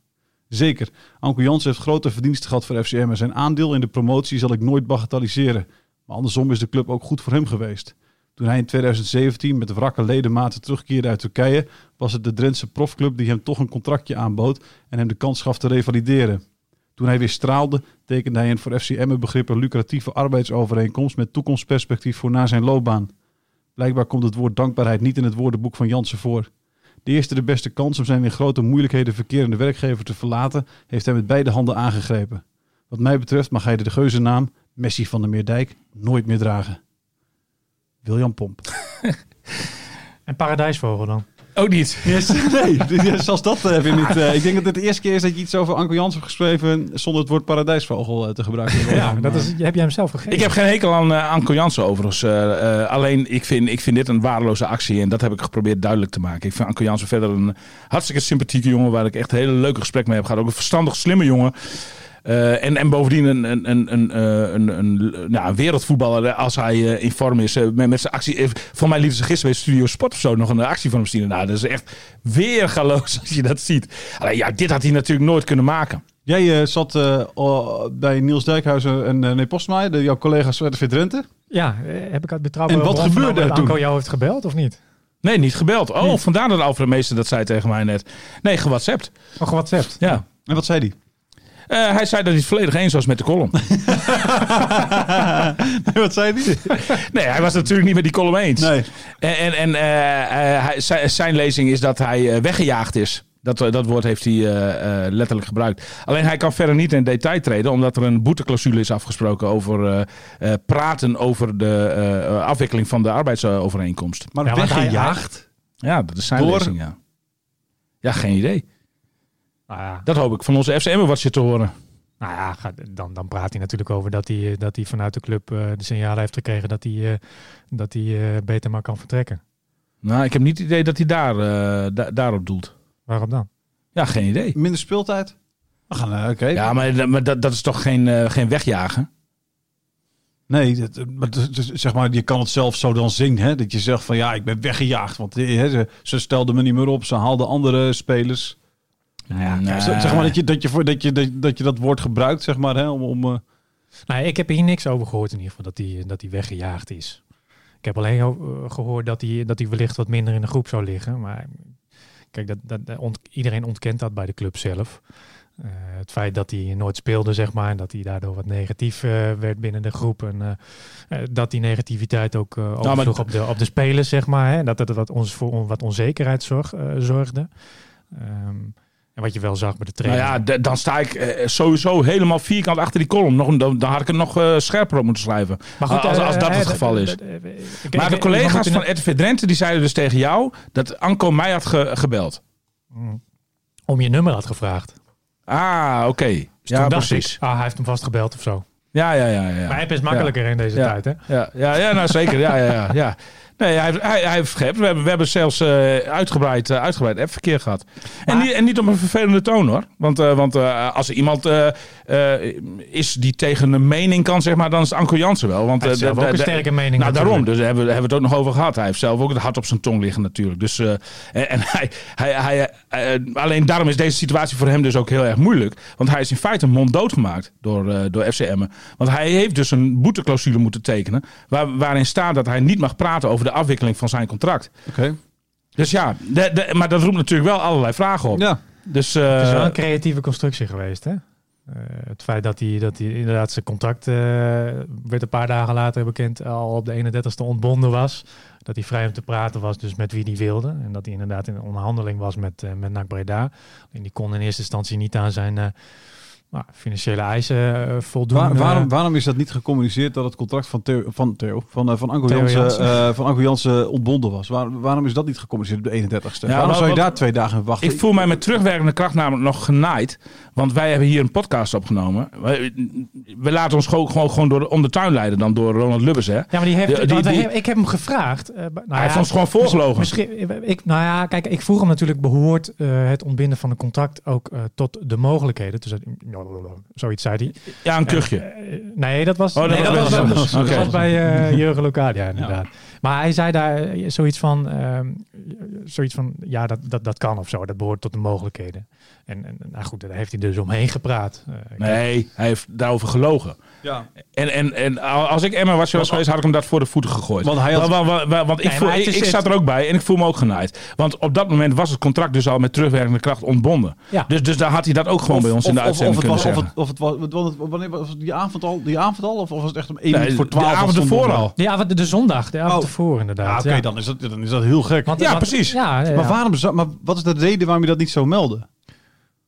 Speaker 1: Zeker, Anko Jansen heeft grote verdiensten gehad voor FCM en zijn aandeel in de promotie zal ik nooit bagatelliseren. Maar andersom is de club ook goed voor hem geweest. Toen hij in 2017 met wrakke ledematen terugkeerde uit Turkije, was het de Drentse profclub die hem toch een contractje aanbood en hem de kans gaf te revalideren. Toen hij weer straalde, tekende hij een voor FC Emmen begrippen lucratieve arbeidsovereenkomst met toekomstperspectief voor na zijn loopbaan. Blijkbaar komt het woord dankbaarheid niet in het woordenboek van Jansen voor. De eerste de beste kans om zijn in grote moeilijkheden verkerende werkgever te verlaten, heeft hij met beide handen aangegrepen. Wat mij betreft mag hij de geuzennaam Messi van de Meerdijk nooit meer dragen. William Pomp.
Speaker 2: En Paradijsvogel dan?
Speaker 3: Ook niet.
Speaker 1: Yes, nee, dus zelfs dat eh, heb je niet. eh, ik denk dat dit de eerste keer is dat je iets over Anko Jans hebt geschreven zonder het woord paradijsvogel eh, te gebruiken. eh,
Speaker 2: Ja, dat is, heb jij hem zelf gegeven?
Speaker 3: Ik heb geen hekel aan eh, Anko Jansen overigens. Eh, eh, alleen ik vind, ik vind dit een waardeloze actie. En dat heb ik geprobeerd duidelijk te maken. Ik vind Anko Jansen verder een hartstikke sympathieke jongen. Waar ik echt een hele leuke gesprek mee heb gehad. Ook een verstandig slimme jongen. Eh, en, en bovendien een, een, een, een, eh, een, een, nou, een wereldvoetballer eh, als hij eh, in vorm is. Eh, met, met zijn actie. eh, Voor mij lieten ze gisteren bij Studio Sport of zo nog een actie van hem zien. Nou, dat is echt weergaloos als je dat ziet. Alleen, ja, dit had hij natuurlijk nooit kunnen maken.
Speaker 1: Jij eh, zat eh, o- bij Niels Dijkhuizen en eh nee Postma, de, jouw collega's uit de Drenthe.
Speaker 2: Ja, eh, heb ik uit betrouwbare
Speaker 1: En wat
Speaker 2: bron vernomen
Speaker 1: gebeurde er
Speaker 2: dat Anko
Speaker 1: toen?
Speaker 2: jou heeft gebeld of niet?
Speaker 3: Nee, niet gebeld. Oh, vandaar dat Alfred Meester dat zei tegen mij net. Nee, gewhatsappt.
Speaker 2: Oh, gewhatsappt.
Speaker 3: Ja.
Speaker 1: En wat zei die?
Speaker 3: Eh, hij zei dat hij het volledig eens was met de column.
Speaker 1: Nee, wat zei die?
Speaker 3: nee, hij was het natuurlijk niet met die column eens.
Speaker 1: Nee.
Speaker 3: En, en, en eh, eh, hij, zijn- zijn lezing is dat hij eh, weggejaagd is. Dat, eh, dat woord heeft hij eh, eh, letterlijk gebruikt. Alleen hij kan verder niet in detail treden, omdat er een boeteclausule is afgesproken over eh, eh, praten over de eh, eh, afwikkeling van de arbeidsovereenkomst.
Speaker 1: Maar
Speaker 2: Ja, want hij-
Speaker 1: weggejaagd?
Speaker 3: Ja, dat is zijn
Speaker 1: Door-
Speaker 3: lezing, ja. Ja, geen idee.
Speaker 2: Nou ja,
Speaker 3: Dat hoop ik van onze FCM wat je te horen.
Speaker 2: nou ja ga- dan, dan praat hij natuurlijk over dat hij, eh, dat hij vanuit de club eh, de signalen heeft gekregen dat hij, eh, dat hij eh, beter maar kan vertrekken.
Speaker 3: Nou, ik heb niet het idee dat hij daar, eh, da- daarop doelt.
Speaker 2: Waarom dan?
Speaker 3: Ja, geen idee.
Speaker 1: Minder speeltijd? We gaan, eh, oké.
Speaker 3: Ja, maar, maar dat, dat is toch geen, eh, geen wegjagen?
Speaker 1: Nee, dat, eh, maar, dat- dat- zeg maar, je kan het zelf zo dan zien. Hè? Dat je zegt van ja, ik ben weggejaagd. Want eh, hè, ze, ze stelden me niet meer op. Ze haalden andere spelers.
Speaker 3: Nou ja,
Speaker 1: Z- Zeg maar dat je dat, je, voor- dat, je, dat, dat je dat woord gebruikt, zeg maar. Hè? Om, om, eh,
Speaker 2: Nou, ik heb hier niks over gehoord in ieder geval, dat hij, dat hij weggejaagd is. Ik heb alleen eh, gehoord dat hij, dat hij wellicht wat minder in de groep zou liggen. Maar kijk, dat, dat, dat ont- iedereen ontkent dat bij de club zelf. Eh, het feit dat hij nooit speelde, zeg maar, en dat hij daardoor wat negatief eh, werd binnen de groep. En eh, eh, dat die negativiteit ook eh
Speaker 3: Nou, maar-
Speaker 2: oversloeg op, de, op de spelers, zeg maar. Hè? Dat het wat, ons, voor on- wat onzekerheid zorg, eh, zorgde. Ehm, En wat je wel zag bij de
Speaker 3: Nou
Speaker 2: training.
Speaker 3: ja, d- dan sta ik eh, sowieso helemaal vierkant achter die column. Nog, een- dan, dan had ik het nog eh, scherper op moeten schrijven. als,
Speaker 2: eh,
Speaker 3: als dat het geval is. Maar de collega's van RTV Drenthe die zeiden dus tegen jou dat Anko mij had ge- gebeld.
Speaker 2: Om je nummer had gevraagd. Dus
Speaker 3: Ah, oké. Ja,
Speaker 2: toen dacht
Speaker 3: precies.
Speaker 2: ik, ah, hij heeft hem vast gebeld of zo.
Speaker 3: Ja, ja, ja. ja.
Speaker 2: Maar app is makkelijker in deze
Speaker 3: Ja.
Speaker 2: tijd, hè?
Speaker 3: Ja, ja, ja nou zeker. Ja, ja, ja. ja. Nee, hij, heeft- hij, hij heeft geappt. We hebben, we hebben zelfs eh, uitgebreid, eh, uitgebreid appverkeer gehad. En,
Speaker 2: Maar-
Speaker 3: niet, en niet op een vervelende toon hoor. Want, eh, want eh, als er iemand eh, eh, is die tegen een mening kan, zeg maar, dan is het Anko Jansen wel. Want,
Speaker 2: Hij heeft
Speaker 3: eh,
Speaker 2: zelf
Speaker 3: de-
Speaker 2: ook een
Speaker 3: de-
Speaker 2: sterke mening.
Speaker 3: nou,
Speaker 2: natuurlijk.
Speaker 3: daarom. Dus daar hebben, we- hebben we het ook nog over gehad. Hij heeft zelf ook het hart op zijn tong liggen natuurlijk. Dus, eh, en, en hij, hij, hij, eh, eh, alleen daarom is deze situatie voor hem dus ook heel erg moeilijk. Want hij is in feite monddood gemaakt door, eh door FC Emmen. Want hij heeft dus een boeteclausule moeten tekenen... Waar, waarin staat dat hij niet mag praten over de afwikkeling van zijn contract.
Speaker 1: Oké.
Speaker 3: Dus ja, de- de- maar dat roept natuurlijk wel allerlei vragen op.
Speaker 1: Ja.
Speaker 3: Dus, eh,
Speaker 2: Het is wel een creatieve constructie geweest, hè? Eh, het feit dat hij, dat hij inderdaad zijn contract eh, werd een paar dagen later bekend al op de 31ste ontbonden was. Dat hij vrij om te praten was dus met wie hij wilde. En dat hij inderdaad in onderhandeling was met, eh met NAC Breda. En die kon in eerste instantie niet aan zijn eh, nou, financiële eisen eh, voldoen.
Speaker 1: Waar- waarom,
Speaker 2: Eh,
Speaker 1: waarom is dat niet gecommuniceerd dat het contract van Theo, van, Theo, van, eh, van Anko
Speaker 2: Theo
Speaker 1: Jansen,
Speaker 2: Jansen.
Speaker 1: eh, van Anko Jansen ontbonden was? Waar- waarom is dat niet gecommuniceerd op de 31ste?
Speaker 3: Ja,
Speaker 1: waarom
Speaker 3: maar
Speaker 1: zou je
Speaker 3: wat-
Speaker 1: daar twee dagen op wachten?
Speaker 3: Ik voel mij met terugwerkende kracht namelijk nog genaaid. Want wij hebben hier een podcast opgenomen. We, we laten ons gewoon, gewoon, gewoon door, de- om de tuin leiden dan door Ronald Lubbers. Hè?
Speaker 2: Ja, maar die heeft,
Speaker 3: Ja, die-
Speaker 2: want wij
Speaker 3: die-
Speaker 2: hebben- ik heb hem gevraagd. eh, b- nou
Speaker 3: Hij heeft
Speaker 2: ja,
Speaker 3: ons gewoon voorgelogen.
Speaker 2: Misschien, ik, nou ja, kijk, ik vroeg hem natuurlijk behoort eh, het ontbinden van een contract ook eh, tot de mogelijkheden. Dus, zoiets zei hij.
Speaker 3: Ja, een kuchje.
Speaker 2: Eh, nee, dat was,
Speaker 3: Oh, dat
Speaker 2: nee,
Speaker 3: was
Speaker 2: dat
Speaker 3: wel
Speaker 2: was,
Speaker 3: iets anders.
Speaker 2: Dat
Speaker 3: Oké.
Speaker 2: was bij eh Jurgen Locadia inderdaad. Maar hij zei daar eh, zoiets van, ehm, zoiets van ja, dat, dat, dat kan of zo. Dat behoort tot de mogelijkheden. En, en nou goed, daar heeft hij dus omheen gepraat. Eh, ik-
Speaker 3: Nee, hij heeft daarover gelogen.
Speaker 1: Ja.
Speaker 3: En, en, en als ik Emma was, was geweest, had ik hem dat voor de voeten gegooid.
Speaker 1: Want hij had-
Speaker 3: Wa- wa- wa- wa- want, ik,
Speaker 2: Nee,
Speaker 3: voel,
Speaker 2: maar het
Speaker 3: ik,
Speaker 2: is-
Speaker 3: ik zat er ook bij en ik voel me ook genaaid. Want op dat moment was het contract dus al met terugwerkende kracht ontbonden.
Speaker 2: Ja.
Speaker 3: Dus, dus daar had hij dat ook gewoon bij ons in de uitzending
Speaker 1: of het
Speaker 3: kunnen
Speaker 1: was, of
Speaker 3: zeggen.
Speaker 1: het, of het was, want het- wanneer was het die avond al? Die avond al? Of was het echt om 1
Speaker 3: Nee,
Speaker 1: minuut voor
Speaker 3: de
Speaker 1: 12? was
Speaker 3: avond
Speaker 1: het
Speaker 3: ervoor
Speaker 1: ontbonden?
Speaker 3: al.
Speaker 2: De avond, de zondag, de avond
Speaker 1: Oh.
Speaker 2: ervoor inderdaad.
Speaker 1: Ja, oké,
Speaker 2: ja.
Speaker 1: dan, is dat, dan is dat heel gek.
Speaker 2: Want-
Speaker 3: Ah, Ja,
Speaker 2: want-
Speaker 3: precies.
Speaker 2: Ja, ja,
Speaker 1: maar,
Speaker 2: ja.
Speaker 1: waarom, zou- maar wat is de reden waarom je dat niet zou melden?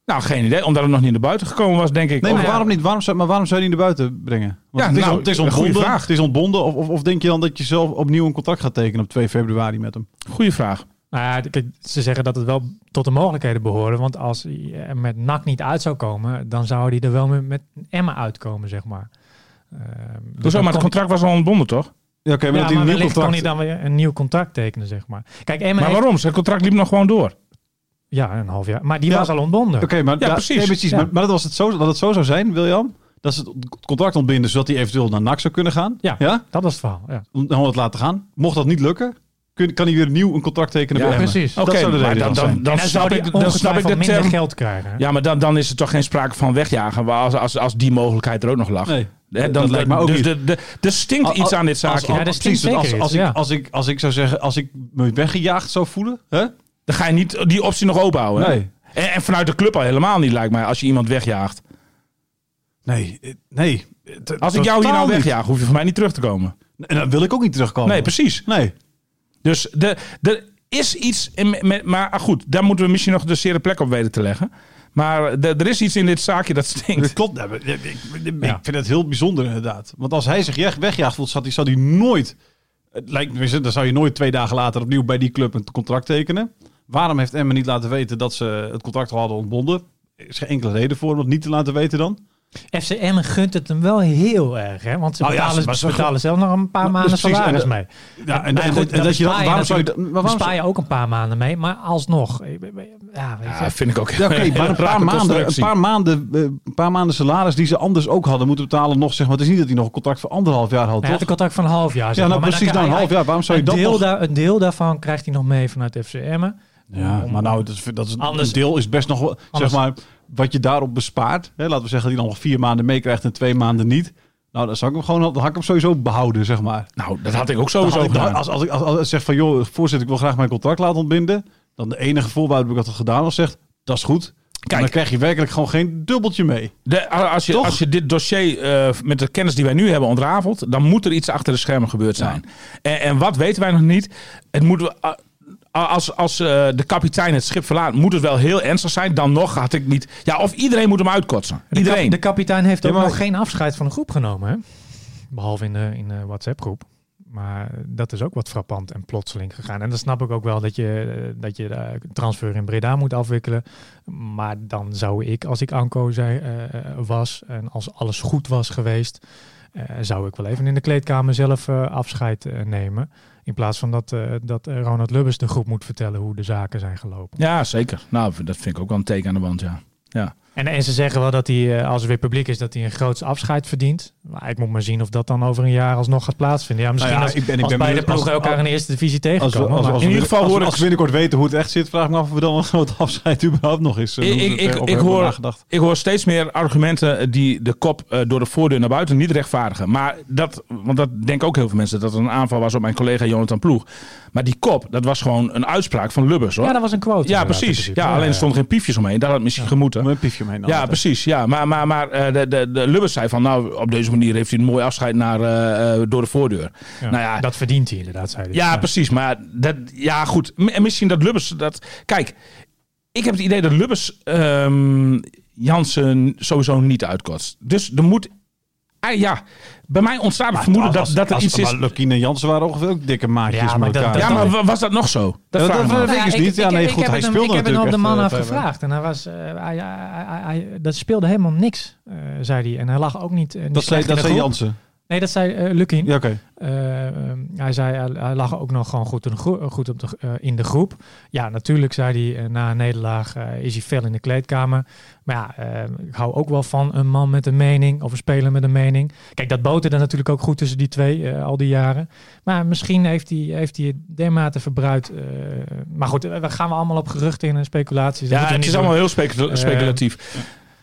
Speaker 3: Nou, geen idee. Omdat het nog niet naar buiten gekomen was, denk ik.
Speaker 1: Nee,
Speaker 2: Oh,
Speaker 3: Of-
Speaker 1: maar waarom niet? Waarom zou, maar waarom zou je die naar buiten brengen? Want
Speaker 3: Ja,
Speaker 1: het, is,
Speaker 3: nou,
Speaker 1: on- het is
Speaker 3: een goede
Speaker 1: ontbonden.
Speaker 3: vraag.
Speaker 1: Het is ontbonden. Of, of, of denk je dan dat je zelf opnieuw een contract gaat tekenen op 2 februari met hem?
Speaker 3: Goeie vraag.
Speaker 2: Nou ja, kijk, ze zeggen dat het wel tot de mogelijkheden behoorde. Want als hij er met NAC niet uit zou komen, dan zou hij er wel met, met Emma uitkomen, zeg maar. Ehm, dus
Speaker 3: Hoezo?
Speaker 2: dan
Speaker 3: Maar het
Speaker 2: kon-
Speaker 3: contract was al ontbonden, toch?
Speaker 1: Ja, oké, maar dat hij
Speaker 2: Ja, maar
Speaker 1: een nieuw
Speaker 2: wellicht kon hij
Speaker 1: contract...
Speaker 2: dan weer een nieuw contract tekenen, zeg maar. Kijk, Emma
Speaker 3: Maar
Speaker 2: heeft-
Speaker 3: waarom? Zijn contract liep nog gewoon door.
Speaker 2: ja, een half jaar. Maar die
Speaker 1: Ja.
Speaker 2: was al ontbonden.
Speaker 1: Oké, maar,
Speaker 3: Ja,
Speaker 1: da-
Speaker 3: precies.
Speaker 1: nee, precies.
Speaker 2: Ja.
Speaker 1: Maar, maar dat, was het zo, dat het zo zou zijn, William, dat ze het contract ontbinden zodat hij eventueel naar NAC zou kunnen gaan.
Speaker 2: Ja.
Speaker 1: ja?
Speaker 2: Dat was het verhaal. Ja.
Speaker 1: Om om het Nou, laten gaan. Mocht dat niet lukken, kun, kan hij weer nieuw een contract tekenen
Speaker 3: Ja,
Speaker 1: bij Emmen.
Speaker 2: precies.
Speaker 1: Dat
Speaker 3: Oké,
Speaker 1: zou de
Speaker 3: maar
Speaker 1: reden
Speaker 3: dan,
Speaker 1: dan
Speaker 3: dan,
Speaker 1: zijn.
Speaker 3: dan,
Speaker 2: dan
Speaker 3: snap,
Speaker 2: zou
Speaker 3: ik,
Speaker 2: die
Speaker 3: dan snap ik de
Speaker 2: ongetwijfeld minder
Speaker 3: term.
Speaker 2: geld krijgen. hè?
Speaker 3: Ja, maar dan, dan is er toch geen sprake van wegjagen waar als, als, als die mogelijkheid er ook nog lag.
Speaker 1: Nee.
Speaker 3: Hè, dan,
Speaker 1: dat lijkt me ook
Speaker 3: dus
Speaker 1: niet.
Speaker 3: de, de, er stinkt
Speaker 1: Al-
Speaker 3: iets
Speaker 1: al-
Speaker 3: aan dit
Speaker 1: Als,
Speaker 3: zaakje.
Speaker 2: Ja, dat
Speaker 1: als,
Speaker 2: stinkt
Speaker 1: precies,
Speaker 2: zeker
Speaker 1: als,
Speaker 2: iets,
Speaker 1: als,
Speaker 2: ja.
Speaker 1: ik, als, ik, als ik zou zeggen, als ik me weggejaagd zou voelen, hè?
Speaker 3: dan ga je niet die optie nog openhouden. hè?
Speaker 1: Nee.
Speaker 3: En, en vanuit de club al helemaal niet, lijkt mij, als je iemand wegjaagt.
Speaker 1: Nee, eh, nee.
Speaker 3: Als ik jou hier nou wegjaag, hoef je van mij niet terug te komen.
Speaker 1: En dan wil ik ook niet terugkomen.
Speaker 3: Nee, precies.
Speaker 1: Nee.
Speaker 3: Dus de, er is iets, in me- me- maar ah, goed, daar moeten we misschien nog de zere plek op weten te leggen. Maar de- er is iets in dit zaakje dat
Speaker 1: Dat
Speaker 3: stinkt.
Speaker 1: klopt. Ik, ik, ik
Speaker 2: Ja.
Speaker 1: vind het heel bijzonder inderdaad. Want als hij zich je- weggejaagd voelt, zou hij, zou hij nooit... Het lijkt me, dan zou je nooit twee dagen later opnieuw bij die club een contract tekenen. Waarom heeft Emma niet laten weten dat ze het contract al hadden ontbonden? Er is geen enkele reden voor om het niet te laten weten dan.
Speaker 2: FC Emmen gunt het hem wel heel erg. Hè? Want ze
Speaker 3: Oh
Speaker 1: Nou ja,
Speaker 2: betalen,
Speaker 1: maar
Speaker 2: ze
Speaker 1: ze-
Speaker 2: betalen zelf nog een paar
Speaker 1: Maar-
Speaker 2: maanden
Speaker 1: dus precies,
Speaker 2: salaris
Speaker 1: en-
Speaker 2: mee.
Speaker 1: Ja, en,
Speaker 2: Maar
Speaker 1: en-
Speaker 2: goed,
Speaker 1: en dat je
Speaker 2: bespaar
Speaker 1: dan, waarom zou je
Speaker 2: natuurlijk-
Speaker 1: dat- maar waarom
Speaker 2: bespaar
Speaker 1: zou-
Speaker 2: je ook een paar maanden mee, maar alsnog. eh, Ja, weet je.
Speaker 3: Ja, vind ik ook.
Speaker 1: Ja, oké, maar een paar,
Speaker 3: rare
Speaker 1: maanden, een,
Speaker 3: constructie.
Speaker 1: paar maanden, eh, een paar maanden salaris die ze anders ook hadden moeten betalen. Nog, zeg maar. Het is niet dat hij nog een contract voor anderhalf jaar had,
Speaker 2: Hij had
Speaker 1: toch?
Speaker 2: een contract van een half jaar. zeg
Speaker 1: Ja, nou
Speaker 2: maar. Maar
Speaker 1: precies,
Speaker 2: kan
Speaker 1: dan een
Speaker 2: hij-
Speaker 1: half jaar. Waarom zou je
Speaker 2: een,
Speaker 1: dat
Speaker 2: deel
Speaker 1: nog...
Speaker 2: daar- een deel daarvan krijgt hij nog mee vanuit FC Emmen.
Speaker 1: Ja, maar nou, dat is, dat is
Speaker 2: Anders-
Speaker 1: een deel is best nog wel...
Speaker 2: Anders-
Speaker 1: Zeg maar, wat je daarop bespaart. Hè, laten we zeggen dat hij dan nog vier maanden meekrijgt en twee maanden niet. Nou, dan zou ik hem gewoon dan had ik hem sowieso behouden, zeg maar.
Speaker 3: Nou, dat had ik
Speaker 1: Dan
Speaker 3: ook sowieso
Speaker 1: had ik-
Speaker 3: gedaan.
Speaker 1: als, als, ik, als, als ik zeg van, joh, voorzitter, ik wil graag mijn contract laten ontbinden. Dan de enige voorwaarde dat ik dat gedaan was, zegt, dat is goed. Kijk.
Speaker 3: Kijk.
Speaker 1: Dan krijg je werkelijk gewoon geen dubbeltje mee.
Speaker 3: De- als, je,
Speaker 1: Toch?
Speaker 3: als je dit dossier eh, met de kennis die wij nu hebben ontrafelt, dan moet er iets achter de schermen gebeurd zijn. En, en wat weten wij nog niet? Het moeten we, ah, als, als eh, de kapitein het schip verlaat, moet het wel heel ernstig zijn. Dan nog had ik niet... Ja, of iedereen moet hem uitkotsen.
Speaker 2: De kap-
Speaker 3: Iedereen.
Speaker 2: De kapitein heeft
Speaker 1: Ja,
Speaker 2: ook
Speaker 1: maar-
Speaker 2: nog geen afscheid van de groep genomen. Hè? Behalve in de, in de WhatsApp-groep. Maar dat is ook wat frappant en plotseling gegaan. En dan snap ik ook wel dat je, eh, dat je de transfer in Breda moet afwikkelen. Maar dan zou ik, als ik Anko zei, eh, eh, was en als alles goed was geweest, eh, zou ik wel even in de kleedkamer zelf eh, afscheid eh, nemen. In plaats van dat, eh, dat eh, Ronald Lubbers de groep moet vertellen hoe de zaken zijn gelopen.
Speaker 3: Ja, zeker. Nou, dat vind ik ook wel een teken aan de wand, ja.
Speaker 2: En, en ze zeggen wel dat hij, eh, als er weer publiek is, dat hij een groots afscheid verdient. Maar ik moet maar zien of dat dan over een jaar alsnog gaat plaatsvinden. Ja, misschien
Speaker 1: Nou ja,
Speaker 2: als,
Speaker 1: ik ben- ik
Speaker 2: als
Speaker 1: ben
Speaker 2: beide
Speaker 1: benieuwd-
Speaker 2: ploegen
Speaker 1: als-
Speaker 2: elkaar in de eerste divisie tegenkomen. maar-
Speaker 3: in ieder geval
Speaker 1: als,
Speaker 3: hoor
Speaker 1: we-
Speaker 3: ik-
Speaker 1: als we binnenkort weten hoe het echt zit, vraag ik me af of we dan wel wat afscheid überhaupt nog is. eh,
Speaker 3: Ik-
Speaker 1: hoe
Speaker 3: ik-
Speaker 1: het,
Speaker 3: ik-
Speaker 1: eh, of
Speaker 3: ik
Speaker 1: hebben we
Speaker 3: hoor-
Speaker 1: nagedacht.
Speaker 3: Ik hoor steeds meer argumenten die de kop eh, door de voordeur naar buiten niet rechtvaardigen. Maar dat, want dat denken ook heel veel mensen, dat het een aanval was op mijn collega Jonathan Ploeg. Maar die kop, dat was gewoon een uitspraak van Lubbers hoor.
Speaker 2: ja,
Speaker 3: Ja,
Speaker 2: dat was een quote. inderdaad, in
Speaker 3: precies.
Speaker 2: principe.
Speaker 3: Ja, alleen er stonden geen piefjes omheen. Daar had het misschien gemoeten.
Speaker 1: Met een piefje mee. dan
Speaker 3: Ja,
Speaker 1: altijd.
Speaker 3: precies. Ja. Maar, maar, maar eh, de, de, de Lubbers zei van, nou, op deze manier heeft hij een mooi afscheid naar, eh, eh, door de voordeur.
Speaker 2: Ja,
Speaker 3: nou ja.
Speaker 2: Dat verdient hij inderdaad, zei hij.
Speaker 3: Ja, precies. Maar dat, ja, goed. M- En misschien dat Lubbers dat. Kijk, ik heb het idee dat Lubbers ehm, Jansen sowieso niet uitkotst. Dus er moet. Ah, ja, bij mij ontstaat het vermoeden
Speaker 1: Als-
Speaker 3: dat, dat er
Speaker 1: als-
Speaker 3: iets
Speaker 1: maar
Speaker 3: is.
Speaker 1: Lukien en Jansen waren ongeveer ook dikke maatjes
Speaker 2: Ja, maar
Speaker 1: met
Speaker 2: dat-
Speaker 1: elkaar.
Speaker 2: dat-
Speaker 3: Ja, maar wa- was dat nog zo? Dat
Speaker 1: Ja,
Speaker 3: vraag
Speaker 1: dat-
Speaker 3: ik me
Speaker 1: dat-
Speaker 3: af.
Speaker 2: Nou
Speaker 1: weet ik niet. Ja, nee, goed, hij
Speaker 2: heb
Speaker 1: speelde
Speaker 2: het hem, Ik heb
Speaker 1: natuurlijk
Speaker 2: het hem
Speaker 1: echt,
Speaker 2: op de man
Speaker 1: eh, bij-
Speaker 2: afgevraagd. En hij was, eh, hij, hij, hij- hij- dat speelde helemaal niks, eh, zei hij. En hij lag ook niet, eh, niet
Speaker 1: Dat zei,
Speaker 2: slecht in
Speaker 1: dat
Speaker 2: de
Speaker 1: zei
Speaker 2: groep.
Speaker 1: Jansen.
Speaker 2: Nee, dat zei eh, Lukin.
Speaker 1: Ja, oké.
Speaker 2: Eh, ehm, hij zei, hij, hij lag ook nog gewoon goed, in de, gro- goed op de, eh, in de groep. Ja, natuurlijk zei hij, eh, na een nederlaag eh, is hij fel in de kleedkamer. Maar ja, eh, ik hou ook wel van een man met een mening of een speler met een mening. Kijk, dat boterde natuurlijk ook goed tussen die twee eh, al die jaren. Maar misschien heeft hij, heeft hij het dermate verbruid. eh, maar goed, eh, we gaan we allemaal op geruchten in en speculaties. Dat
Speaker 3: Ja,
Speaker 2: moeten we
Speaker 3: het
Speaker 2: niet
Speaker 3: is
Speaker 2: doen.
Speaker 3: allemaal heel specul- speculatief.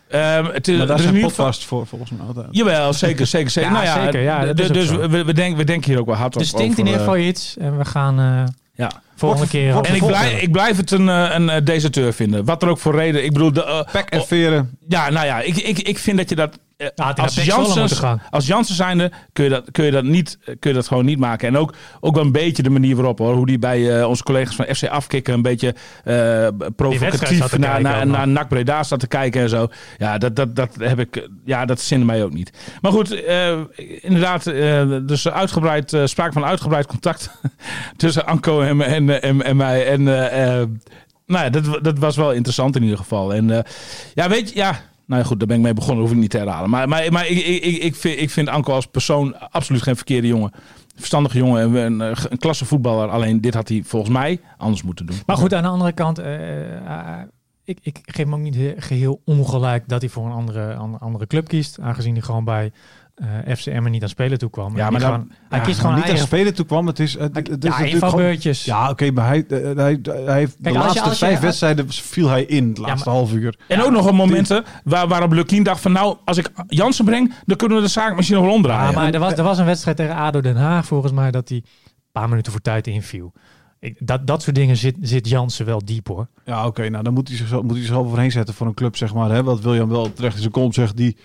Speaker 3: Ehm, het is,
Speaker 1: Maar daar zijn
Speaker 3: er is in ieder geval-
Speaker 1: podcast voor, volgens mij eh. altijd.
Speaker 3: Jawel, zeker, zeker, zeker.
Speaker 2: Ja,
Speaker 3: nou ja,
Speaker 2: zeker, ja, dat
Speaker 3: d-
Speaker 2: is ook
Speaker 3: dus
Speaker 2: zo.
Speaker 3: we, we, denken, we denken hier ook wel hard op.
Speaker 2: Er stinkt
Speaker 3: over,
Speaker 2: Dus in ieder
Speaker 3: eh,
Speaker 2: geval iets. En we gaan eh,
Speaker 3: Ja.
Speaker 2: volgende keer...
Speaker 1: wordt
Speaker 3: En ik
Speaker 2: vervolgen.
Speaker 3: blijf, ik blijf het een, eh, een eh, deserteur vinden. Wat er ook voor reden. Ik bedoel, de, eh,
Speaker 1: Pek en veren.
Speaker 3: ja, nou ja, ik, ik, ik vind dat je dat. eh,
Speaker 2: Ja, had hij
Speaker 3: als,
Speaker 2: naar Pek Zwolle moeten
Speaker 3: Janssens,
Speaker 2: gaan.
Speaker 3: als Janssen zijnde kun je, dat, kun, je dat niet, eh, kun je dat gewoon niet maken. En ook, ook wel een beetje de manier waarop hoor. Hoe die bij eh, onze collega's van FC afkikken. Een beetje eh,
Speaker 2: wedstrijd zat
Speaker 3: provocatief
Speaker 2: te
Speaker 3: naar,
Speaker 2: kijken
Speaker 3: naar,
Speaker 2: ook nog.
Speaker 3: naar NAC Breda staat te kijken en zo. Ja, dat, dat, dat heb ik. eh, Ja, dat zinde mij ook niet. Maar goed, eh, inderdaad. eh, dus uitgebreid, eh, sprake van uitgebreid contact tussen Anko en, en, en, en mij. En eh, eh, nou ja, dat, wa- dat was wel interessant in ieder geval. En eh, ja, weet je, ja. Nou ja, goed, daar ben ik mee begonnen, hoef ik niet te herhalen. Maar, maar, maar ik, ik, ik, ik vind, ik vind Anko als persoon absoluut geen verkeerde jongen. Verstandige jongen, en een, eh, een klasse voetballer. Alleen dit had hij volgens mij anders moeten doen.
Speaker 2: Maar goed, aan de andere kant, eh, eh, ik, ik geef hem ook niet he- geheel ongelijk dat hij voor een andere, an- andere club kiest. Aangezien hij gewoon bij eh FCM niet aan spelen toe kwam.
Speaker 3: Ja,
Speaker 2: En
Speaker 3: maar
Speaker 2: die
Speaker 3: dan-
Speaker 2: gewoon- hij
Speaker 3: ja,
Speaker 2: kiest
Speaker 1: Maar
Speaker 2: gewoon
Speaker 1: niet
Speaker 2: eigen,
Speaker 1: aan spelen toe kwam. Het is, het, het is
Speaker 2: ja,
Speaker 1: natuurlijk gewoon-
Speaker 2: invalbeurtjes.
Speaker 1: Ja, oké, maar hij, eh, hij, hij heeft
Speaker 2: als
Speaker 1: de
Speaker 2: je-
Speaker 1: laatste
Speaker 2: als je-
Speaker 1: vijf wedstrijden viel hij in, het laatste half uur.
Speaker 3: En ook nog een momenten waar, waarop Lukien dacht van... nou, als ik Jansen breng, dan kunnen we de zaak misschien nog wel
Speaker 2: Ja,
Speaker 3: omdraaien.
Speaker 2: Ah, maar er was, er was een wedstrijd tegen ADO Den Haag volgens mij dat hij een paar minuten voor tijd inviel. Ik, dat, dat soort dingen zit, zit Jansen wel diep hoor.
Speaker 1: Ja, oké, nou dan moet hij, zichzelf, moet hij zichzelf overheen zetten voor een club, zeg maar. Hè, wat William wel terecht in zijn kont zegt, die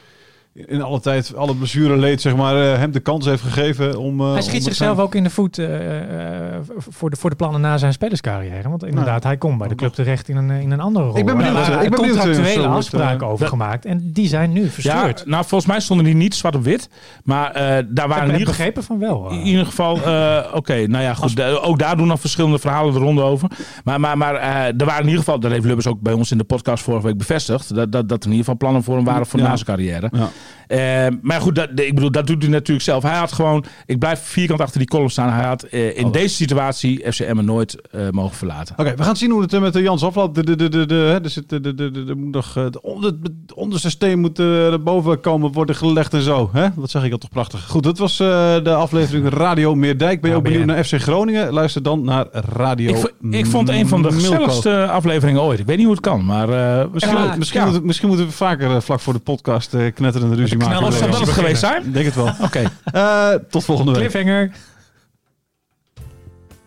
Speaker 1: in alle tijd, alle blessure leed, zeg maar, eh, hem de kans heeft gegeven om... eh, om
Speaker 2: Hij
Speaker 1: het
Speaker 2: schiet
Speaker 1: zijn-
Speaker 2: zichzelf ook in de voet eh, eh, voor, de, voor de plannen na zijn spelerscarrière. Want inderdaad, hij komt bij de club terecht in een, eh, in een andere rol.
Speaker 1: ben
Speaker 2: Daar
Speaker 1: benieuwd,
Speaker 2: waren
Speaker 1: eh, ik ben benieuwd, eh,
Speaker 2: contractuele
Speaker 1: zo wordt,
Speaker 2: afspraken
Speaker 1: eh,
Speaker 2: over gemaakt. En die zijn nu
Speaker 3: Ja,
Speaker 2: verstuurd.
Speaker 3: nou, volgens mij stonden die niet zwart op wit. Maar eh, daar
Speaker 2: ik
Speaker 3: waren
Speaker 2: heb
Speaker 3: in ieder geval...
Speaker 2: begrepen van wel.
Speaker 3: In
Speaker 2: eh.
Speaker 3: ieder geval, eh, oké, nou ja, goed. da- ook daar doen nog verschillende verhalen de ronde over. Maar, maar, maar eh, er waren in ieder geval, dat heeft Lubbers ook bij ons in de podcast vorige week bevestigd, dat, dat, dat er in ieder geval plannen voor hem waren voor
Speaker 1: Ja.
Speaker 3: na zijn carrière.
Speaker 1: Ja.
Speaker 3: Eh, maar goed, dat, ik bedoel, dat doet hij natuurlijk zelf. Hij had gewoon, ik blijf vierkant achter die column staan, hij had eh,
Speaker 2: Oh.
Speaker 3: in deze situatie FC Emmen nooit eh, mogen verlaten.
Speaker 1: Oké, we gaan zien hoe het eh, met de Jans afloopt. De, de, de, de, de, hè, er zit, de, de, de, de, de, moet nog, eh, de onder, het onderste steen moet eh, erboven komen worden gelegd en zo. Hè? Wat zeg ik al toch prachtig. Goed, dat was eh, de aflevering Radio Meerdijk. Ben je ook
Speaker 2: ABN.
Speaker 1: benieuwd naar FC Groningen? Luister dan naar Radio
Speaker 3: Ah, Ik, vo- ik vond een van de
Speaker 1: Milko.
Speaker 3: gezelligste afleveringen ooit. Ik weet niet hoe het kan, maar eh, misschien,
Speaker 1: Misschien, misschien,
Speaker 3: ja.
Speaker 1: moeten, misschien moeten we vaker eh, vlak voor de podcast eh, knetterende ruzie
Speaker 2: Met de
Speaker 1: maken.
Speaker 2: knallen
Speaker 3: Zou dat het
Speaker 2: beginnen.
Speaker 3: geweest zijn?
Speaker 1: Ik denk het wel.
Speaker 3: Oké.
Speaker 1: Eh, tot volgende week.
Speaker 2: Cliffhanger.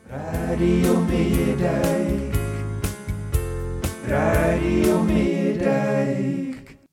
Speaker 4: Radio Meerdijk. Radio Meerdijk.